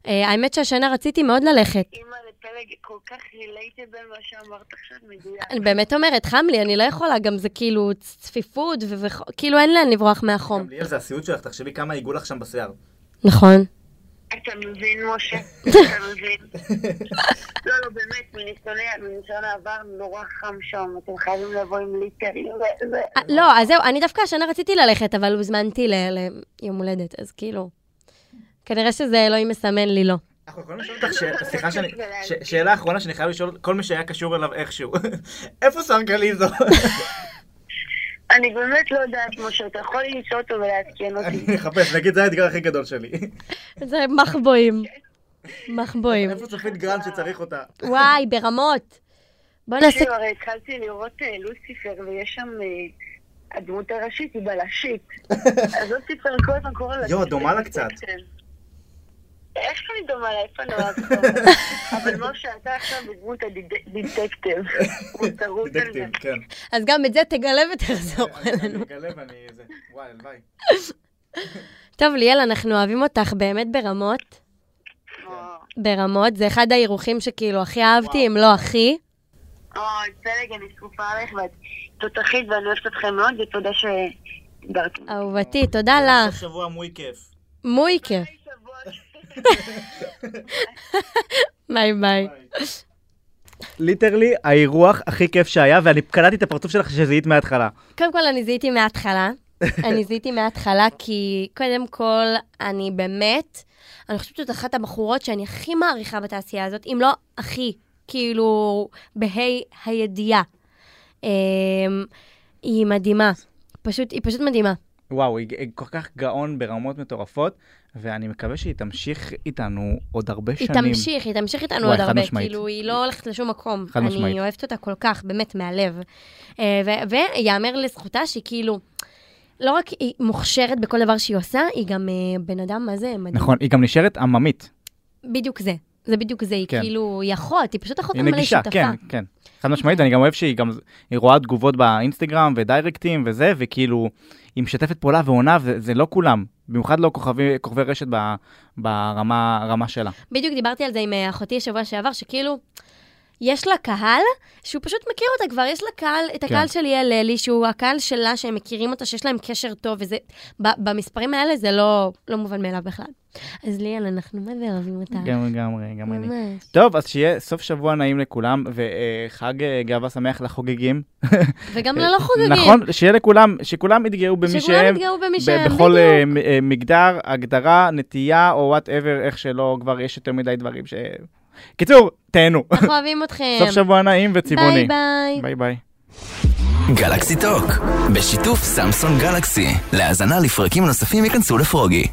Speaker 2: אה, האמת שהשנה רציתי מאוד ללכת.
Speaker 5: אימא לפלג כל כך רילייטד בין מה שאמרת עכשיו, מדויק.
Speaker 2: אני באמת אומרת, חם לי, אני לא יכולה, גם זה כאילו צפיפות, וכאילו אין לאן לברוח מהחום.
Speaker 1: גמליאל זה הסיוט שלך, תחשבי כמה עיגו לך שם בשיער.
Speaker 2: נכון.
Speaker 5: אתה מבין, משה? אתה מבין? לא, לא, באמת, מניסיוני- מניסיון העבר נורא חם שם, אתם חייבים לבוא עם ליטרים. ו- ו-
Speaker 2: אה, לא, אז זהו, אני דווקא השנה רציתי ללכת, אבל הוזמנתי ל- ליום הולדת, אז כאילו... כנראה שזה אלוהים מסמן לי לא.
Speaker 1: אנחנו יכולים לשאול אותך, ש- סליחה שאני, ש- שאלה אחרונה שאני חייב לשאול כל מי שהיה קשור אליו איכשהו. איפה שר גליזו?
Speaker 5: אני באמת לא יודעת, משה, אתה יכול למצוא אותו ולעדכן אותי.
Speaker 1: אני מחפש, נגיד זה האתגר הכי גדול שלי.
Speaker 2: זה מחבואים. מחבואים.
Speaker 1: איפה צופית גרנד שצריך אותה?
Speaker 2: וואי, ברמות. בוא נעשה...
Speaker 5: תקשיב, הרי התחלתי לראות אה, לוסיפר, ויש שם... אה, הדמות הראשית היא בלשית. אז לוסיפר כל הזמן קורא לה...
Speaker 1: יואו, דומה לה קצת.
Speaker 5: איך אני דומה לה? איפה אני רואה אותך? אבל משה, אתה עכשיו בדמות הדיטקטיב. הוא טרוט על זה.
Speaker 1: דטקטיב, כן.
Speaker 2: אז גם את זה תגלה ותחזור אלינו.
Speaker 1: אני אגלה ואני... זה- וואי, הלוואי.
Speaker 2: טוב, ליאל, אנחנו אוהבים אותך באמת ברמות.
Speaker 5: וואו.
Speaker 2: ברמות. זה אחד האירוחים שכאילו הכי אהבתי, אם לא הכי.
Speaker 5: אוי, פלג, אני שרופה עליך, ואת תותחית, ואני אוהבת אתכם מאוד, ותודה שדיברתם.
Speaker 2: אוקיי. אהובתי, תודה
Speaker 1: סוף
Speaker 2: לך.
Speaker 1: שבוע מוי כיף.
Speaker 2: מוי כיף. ביי ביי.
Speaker 7: ליטרלי האירוח הכי כיף שהיה, ואני קלטתי את הפרצוף שלך שזיהית מההתחלה.
Speaker 2: קודם כל, אני זיהיתי מההתחלה. אני זיהיתי מההתחלה, כי קודם כל, אני באמת, אני חושבת שזאת אחת הבחורות שאני הכי מעריכה בתעשייה הזאת, אם לא הכי, כאילו, בה"א הידיעה. אמ, היא מדהימה. פשוט, היא פשוט מדהימה.
Speaker 1: וואו, היא היא כל כך גאון ברמות מטורפות, ואני מקווה שהיא תמשיך איתנו עוד הרבה
Speaker 2: היא
Speaker 1: שנים.
Speaker 2: תמשיך, היא תמשיך איתנו
Speaker 1: וואי,
Speaker 2: עוד
Speaker 1: חד
Speaker 2: הרבה,
Speaker 1: משמעית.
Speaker 2: כאילו, היא לא הולכת לשום מקום.
Speaker 1: חד משמעית.
Speaker 2: אני אוהבת אותה כל כך, באמת, מהלב. אה, ו- ויאמר לזכותה שהיא כאילו, לא רק היא מוכשרת בכל דבר שהיא עושה, היא גם אה, בן אדם, מה זה, מדהים.
Speaker 1: נכון, היא גם נשארת עממית.
Speaker 2: בדיוק זה. זה בדיוק זה, היא
Speaker 1: כן.
Speaker 2: כאילו, היא אחות, היא פשוט אחות
Speaker 1: היא
Speaker 2: ממלא
Speaker 1: נגישה,
Speaker 2: שותפה.
Speaker 1: כן, כן. חד משמעית, אני גם אוהב שהיא גם, היא רואה תגובות באינסטגרם ודיירקטים וזה, וכאילו, היא משתפת פעולה ועונה, וזה לא כולם. במיוחד לא כוכבי, כוכבי רשת ב, ברמה הרמה שלה.
Speaker 2: בדיוק דיברתי על זה עם אה, אחותי שבוע שעבר, שכאילו, יש לה קהל שהוא פשוט מכיר אותה כבר, יש לה קהל, את
Speaker 1: כן.
Speaker 2: הקהל של ליאל אלי, שהוא הקהל שלה, שהם מכירים אותה, שיש להם קשר טוב, וזה, ב- במספרים האלה זה לא, לא מובן מאליו בכלל. אז ליאל, אנחנו מה זה אוהבים אותה.
Speaker 1: גם לגמרי, גם אני.
Speaker 2: ממש.
Speaker 1: טוב, אז שיהיה סוף שבוע נעים לכולם, וחג אה, גאווה שמח לחוגגים.
Speaker 2: וגם ללא לא, חוגגים. לא
Speaker 1: נכון, שיהיה לכולם, שכולם יתגאו במי שהם.
Speaker 2: שכולם יתגאו במי שהם,
Speaker 1: ב- בכל אה, מ- אה, מגדר, הגדרה, נטייה, או וואטאבר, איך שלא, כבר יש יותר מדי דברים ש... קיצור, תהנו.
Speaker 2: אנחנו אוהבים אתכם.
Speaker 1: סוף שבוע נעים וצבעוני.
Speaker 2: כן. ביי ביי.
Speaker 1: ביי ביי.
Speaker 3: גלקסי טוק, בשיתוף סמסון גלקסי. להאזנה לפרקים נוספים ייכנסו לפרוגי.